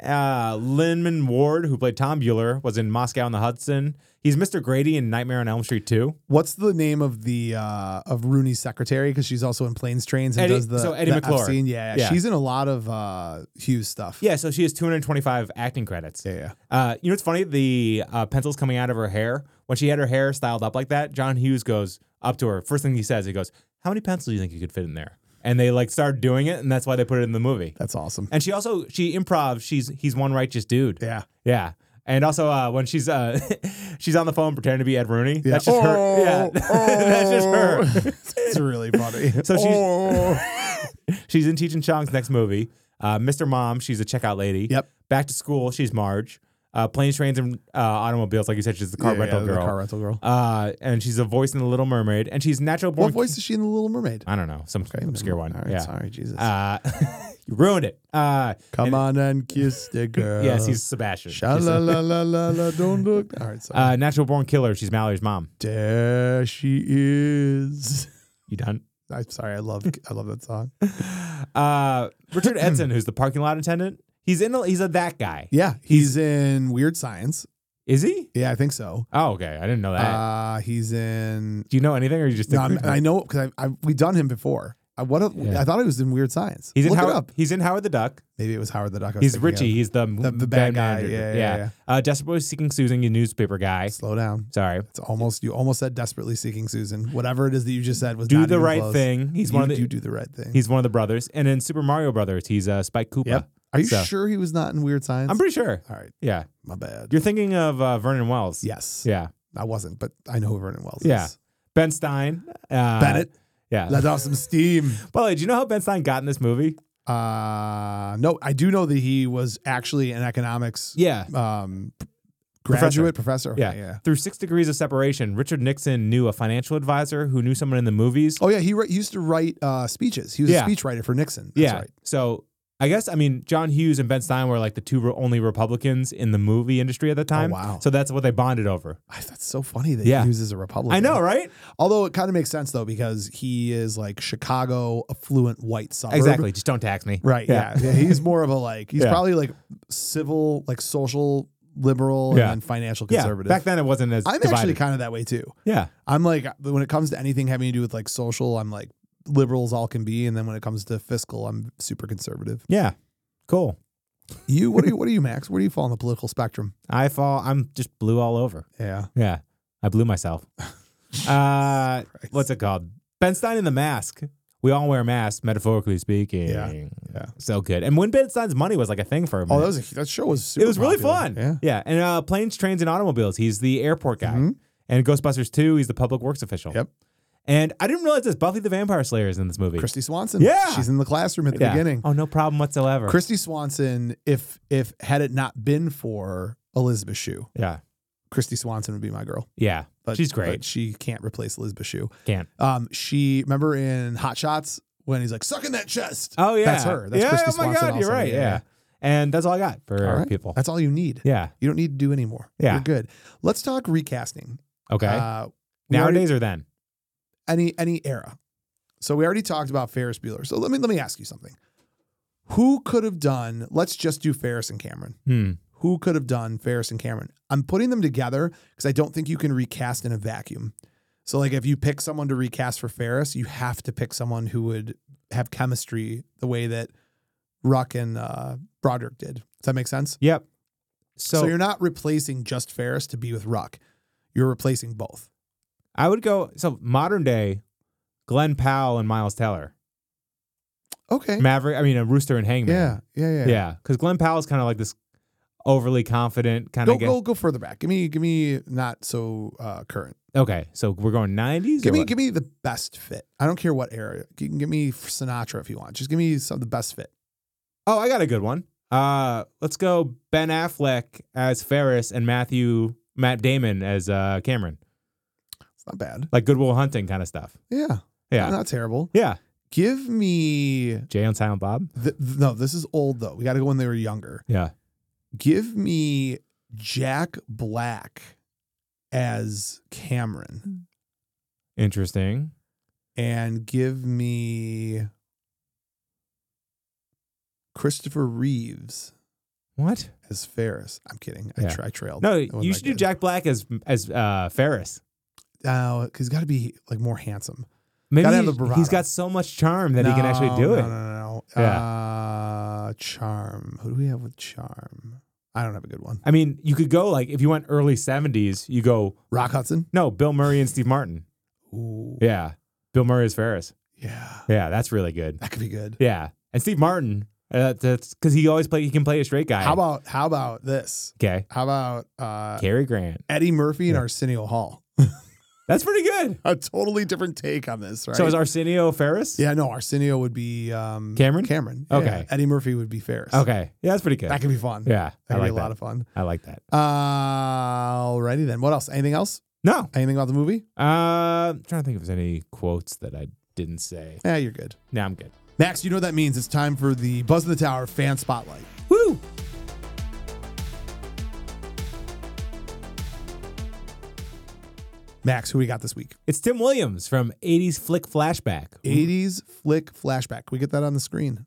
uh, Linman Ward, who played Tom Bueller, was in Moscow on the Hudson. He's Mr. Grady in Nightmare on Elm Street 2.
What's the name of the uh of Rooney's secretary? Because she's also in planes, trains, and
Eddie-
does the
so Eddie
the
McClure.
F Scene. Yeah,
Yeah.
she's in a lot of uh Hughes stuff.
Yeah, so she has 225 acting credits.
yeah, yeah.
Uh, you know what's funny? The uh, pencils coming out of her hair. When she had her hair styled up like that, John Hughes goes up to her. First thing he says, he goes, "How many pencils do you think you could fit in there?" And they like started doing it, and that's why they put it in the movie.
That's awesome.
And she also she improv. She's he's one righteous dude.
Yeah,
Yeah. And also uh, when she's uh, she's on the phone pretending to be Ed Rooney.
yeah. Oh.
That's just her. Yeah. that's just her.
it's really funny.
So she's-
Oh.
She's in Cheech and Chong's next movie. Uh, Mr. Mom, she's a checkout lady.
Yep.
Back to school, she's Marge. Uh, planes, trains, and uh, automobiles, like you said, she's the car
Yeah,
rental
yeah, the
girl.
car rental girl.
Uh, and she's a voice in The Little Mermaid, and she's natural born.
What voice is she in The Little Mermaid?
I don't know, some obscure one.
All right,
yeah.
sorry, Jesus.
Uh, you ruined it. Uh,
Come on and kiss the girl.
yes, he's Sebastian.
Sha la la la la la. Don't look. All right, sorry.
uh, natural born killer. She's Mallory's mom.
there she is.
You done?
I'm sorry. I love I love that song.
Uh, Richard Edson, who's the parking lot attendant. He's in. A, he's a that guy.
Yeah, he's in Weird Science.
Is he?
Yeah, I think so.
Oh, okay. I didn't know that.
Uh, he's in.
Do you know anything, or you just?
No,
think-
I'm, I know because I, I we done him before. I what a,
Yeah.
I thought he was in Weird Science.
He's in
Look it
Howard.
up.
He's in Howard the Duck.
Maybe it was Howard the Duck. I was
He's
thinking
Richie. He's the
The- the bad guy.
manager.
Yeah, yeah, yeah.
Uh, Desperately seeking Susan, you newspaper guy.
of. Slow down.
Sorry.
It's almost you almost said desperately seeking Susan. Whatever it is that you just said was
Do
not
the
even
right
close.
thing. He's
you
one of the.
do do the right thing.
He's one of the brothers. And in Super Mario Brothers, he's uh, Spike Koopa.
Yep. Are you
So-
sure he was not in Weird Science?
I'm pretty sure.
All right,
Yeah.
my bad.
You're thinking of uh, Vernon Wells.
yes,
Yeah.
I wasn't, but I know who Vernon Wells.
Yeah.
is.
Ben Stein. Uh,
Bennett,
Yeah.
let off some steam.
By the way, do you know how Ben Stein got in this movie?
Uh, no, I do know that he was actually an economics
Yeah.
um, graduate professor.
Yeah.
Okay, yeah.
Through six degrees of separation, Richard Nixon knew a financial advisor who knew someone in the movies.
Oh yeah, he, wri- he used to write uh, speeches. He was
Yeah.
a speechwriter for Nixon. That's
yeah.
right.
So I guess I mean John Hughes and Ben Stein were like the two re- only Republicans in the movie industry at the time.
Oh, wow.
So that's what they bonded over.
I- That's so funny that
Yeah.
he was as a Republican.
I know, right?
Although it kind of makes sense though because he is like Chicago affluent white suburb.
Exactly. Just don't tax me.
Right.
Yeah.
Yeah. yeah. He's more of a like. He's
Yeah.
probably like civil, like social liberal,
Yeah.
and then financial
Yeah.
conservative.
Back then it wasn't as
I'm
divided.
actually kind of that way too.
yeah.
I'm like when it comes to anything having to do with like social, I'm like liberals all can be, and then when it comes to fiscal, I'm super conservative.
Yeah. Cool.
You, what are you? What are you, Max? Where do you fall on the political spectrum?
I fall. I'm just blue all over.
Yeah.
Yeah. I blew myself. uh, what's it called? Ben Stein in the mask. We all wear masks, metaphorically speaking.
Yeah. Yeah.
So good. And when Ben Stein's money was like a thing for a minute.
Oh, that was a, that show was super
it was really
popular.
fun.
Yeah.
Yeah. And uh, planes, trains, and automobiles. He's the airport guy.
Mhm.
And Ghostbusters 2, he's the public works official.
Yep.
And I didn't realize this. Buffy the Vampire Slayer is in this movie.
Christy Swanson.
Yeah.
She's in the classroom at the
Yeah.
beginning.
Oh, no problem whatsoever.
Christy Swanson, if if had it not been for Elizabeth Shue,
yeah.
Christy Swanson would be my girl.
Yeah.
But
She's great.
But she can't replace Elizabeth Shue.
Can't.
Um, she remember in Hot Shots when he's like sucking that chest.
Oh, yeah.
That's her. That's
yeah,
Christy
oh, my
Swanson
God. You're
also.
right.
Yeah,
Yeah.
yeah.
And that's all I got for
All right.
people.
That's all you need.
yeah.
You don't need to do any more.
Yeah.
You're good. Let's talk recasting.
Okay.
Uh, we already-
Nowadays or then?
any any era. So we already talked about Ferris Bueller. So let me let me ask you something. Who could have done? Let's just do Ferris and Cameron.
Hmm.
Who could have done Ferris and Cameron? I'm putting them together because I don't think you can recast in a vacuum. So like if you pick someone to recast for Ferris, you have to pick someone who would have chemistry the way that Ruck and uh, Broderick did. Does that make sense?
Yep.
So,
So,
you're not replacing just Ferris to be with Ruck. You're replacing both.
I would go. So modern day, Glenn Powell and Miles Teller,
Okay.
Maverick. I mean, a Rooster and Hangman.
Yeah. Yeah. Yeah.
yeah. Because Glenn Powell's kind of like this overly confident kind
Go,
of guy.
go go further back. Give me give me not so uh, current.
Okay, so we're going nineties.
Give me give me the best fit. I don't care what era. You can give me Sinatra if you want. Just give me some the best fit.
oh, I got a good one. Uh, let's go Ben Affleck as Ferris and Matthew Matt Damon as uh, Cameron,
It's not bad.
like Goodwill Hunting kind of stuff.
Yeah.
Yeah.
Not terrible.
Yeah,
Give me
Jay and Silent Bob.
th- no. This is old though. We got to go when they were younger.
Yeah,
Give me Jack Black as Cameron,
interesting.
and give me Christopher Reeves
What?
as Ferris. I'm kidding. I,
Yeah.
tra- I trailed.
No,
Oh, That wasn't
you
that
should do
good.
Jack Black as as uh, Ferris.
Oh, because he's got to be like more handsome.
Maybe
Gotta have
he-
the bravado.
he's got so much charm that he can actually
No,
do it.
No, no, no. no.
Yeah.
Uh, charm. Who do we have with charm? I don't have a good one.
I mean, you could go like if you went early seventies, you go
Rock Hudson.
no Bill Murray and Steve Martin.
Ooh, yeah.
Yeah, Bill Murray as Ferris. Yeah, that's really good.
that could be good.
Yeah, and Steve Martin. Uh, that's because he always play. He can play a straight guy.
How about how about this?
okay,
How about uh,
Cary Grant?
Eddie Murphy and
Yeah.
Arsenio Hall?
That's pretty good.
A totally different take on this, right?
So is Arsenio Ferris?
yeah, no, Arsenio would be um,
Cameron?
Cameron. Yeah.
Okay.
Eddie Murphy would be Ferris.
Okay. Yeah, that's pretty good.
that could be fun.
yeah,
that
I
could
like
be a
that.
lot of fun.
I like that.
Uh, alrighty then. What else? Anything else?
No,
Anything about the movie?
uh, I'm trying to think if there's any quotes that I didn't say.
Yeah, you're good.
Now I'm good.
Max, you know what that means. It's time for the Buzz in the Tower fan spotlight.
Woo!
Max, who we got this week?
It's Tim Williams from '80s flick flashback.
Hmm. 80s flick flashback. Can we get that on the screen.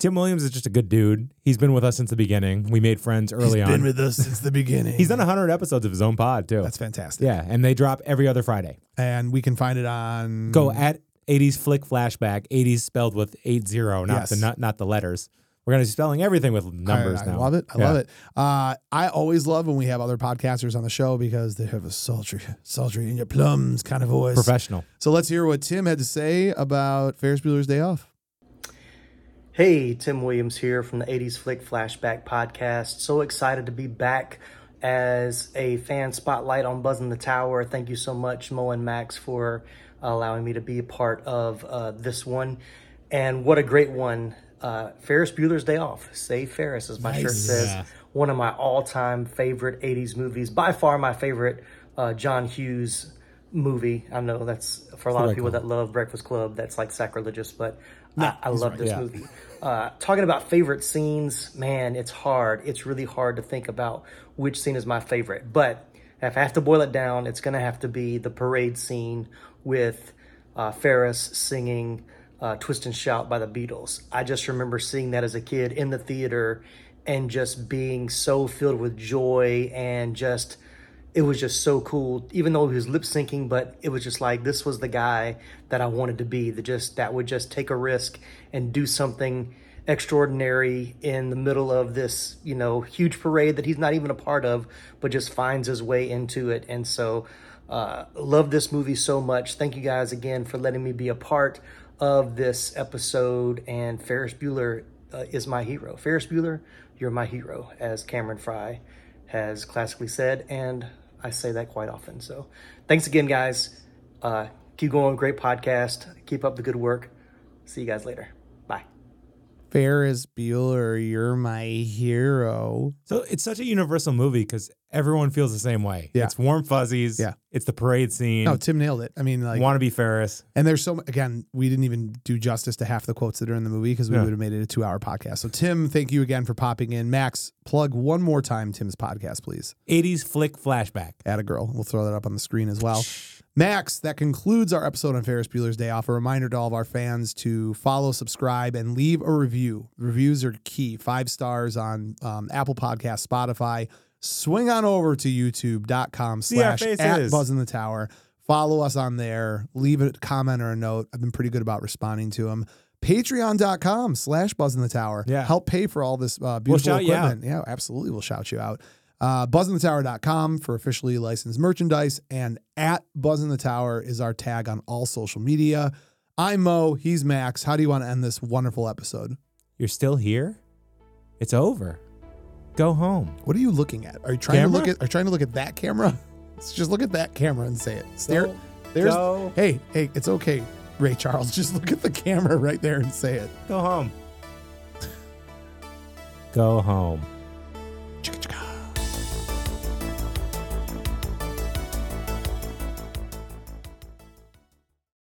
Tim Williams is just a good dude. He's been with us since the beginning. We made friends early
He's
on.
been with us since the beginning.
He's done 100 episodes of his own pod too.
That's fantastic.
yeah, and they drop every other Friday.
And we can find it on
Go at 80s flick flashback. 80s spelled with eight zero, not
Yes.
the not, not the letters. We're gonna be spelling everything with numbers
I, I
now.
love it. I love it. Uh, I always love when we have other podcasters on the show because they have a sultry, sultry in your plums kind of voice.
Professional.
So let's hear what Tim had to say about Ferris Bueller's Day Off.
Hey, Tim Williams here from the 80s Flick Flashback Podcast. So excited to be back as a fan spotlight on Buzzing the Tower. Thank you so much, Mo and Max, for allowing me to be a part of uh, this one. And what a great one Uh, Ferris Bueller's Day Off. Save Ferris, as my
Nice.
shirt says.
Yeah.
One of my all-time favorite '80s movies. By far, my favorite uh, John Hughes movie. I know that's for a lot of people that love Breakfast Club. That's like sacrilegious, but I, I love this
yeah.
movie. Uh, talking about favorite scenes, man, it's hard. It's really hard to think about which scene is my favorite. But if I have to boil it down, it's going to have to be the parade scene with uh, Ferris singing uh, Twist and Shout by the Beatles. I just remember seeing that as a kid in the theater and just being so filled with joy and just it was just so cool even though he was lip syncing but it was just like this was the guy that i wanted to be that just that would just take a risk and do something extraordinary in the middle of this you know huge parade that he's not even a part of but just finds his way into it and so uh, love this movie so much thank you guys again for letting me be a part of this episode and ferris bueller uh, is my hero ferris bueller you're my hero as cameron fry has classically said, and I say that quite often. So thanks again, guys. Uh, keep going. Great podcast. Keep up the good work. See you guys later. Bye.
Ferris Bueller, you're my hero.
So it's such a universal movie because everyone feels the same way.
Yeah.
It's warm fuzzies.
Yeah.
It's the parade scene.
No, Oh, Tim nailed it. I mean, like,
Wanna be Ferris.
and there's so mu- again, we didn't even do justice to half the quotes that are in the movie because we
Yeah.
would have made it a two-hour podcast. So, Tim, thank you again for popping in. Max, plug one more time Tim's podcast, please.
80s flick flashback.
At a girl, we'll throw that up on the screen as well. Max, that concludes our episode on Ferris Bueller's Day Off. A reminder to all of our fans to follow, subscribe, and leave a review. Reviews are key. Five stars on um, Apple Podcasts, Spotify. Swing on over to youtube.com
See our
slash
faces.
at Buzz in the Tower. Follow us on there. Leave a comment or a note. I've been pretty good about responding to them. Patreon.com slash Buzz in the Tower.
Yeah.
Help pay for all this uh, beautiful
shout you out.
equipment. Yeah, absolutely. We'll shout you out. Uh, buzzinthetower.com for officially licensed merchandise. And at Buzz in the Tower is our tag on all social media. I'm Mo. He's Max. How do you want to end this wonderful episode?
You're still here? It's over. Go home.
What are you looking at? Are you trying
Camera?
to look at? Are you trying to look at that camera? Let's just look at that camera and say it. Stare.
Go-
there's.
go,
Hey, hey, it's okay, Ray Charles. Just look at the camera right there and say it.
go home. Go home.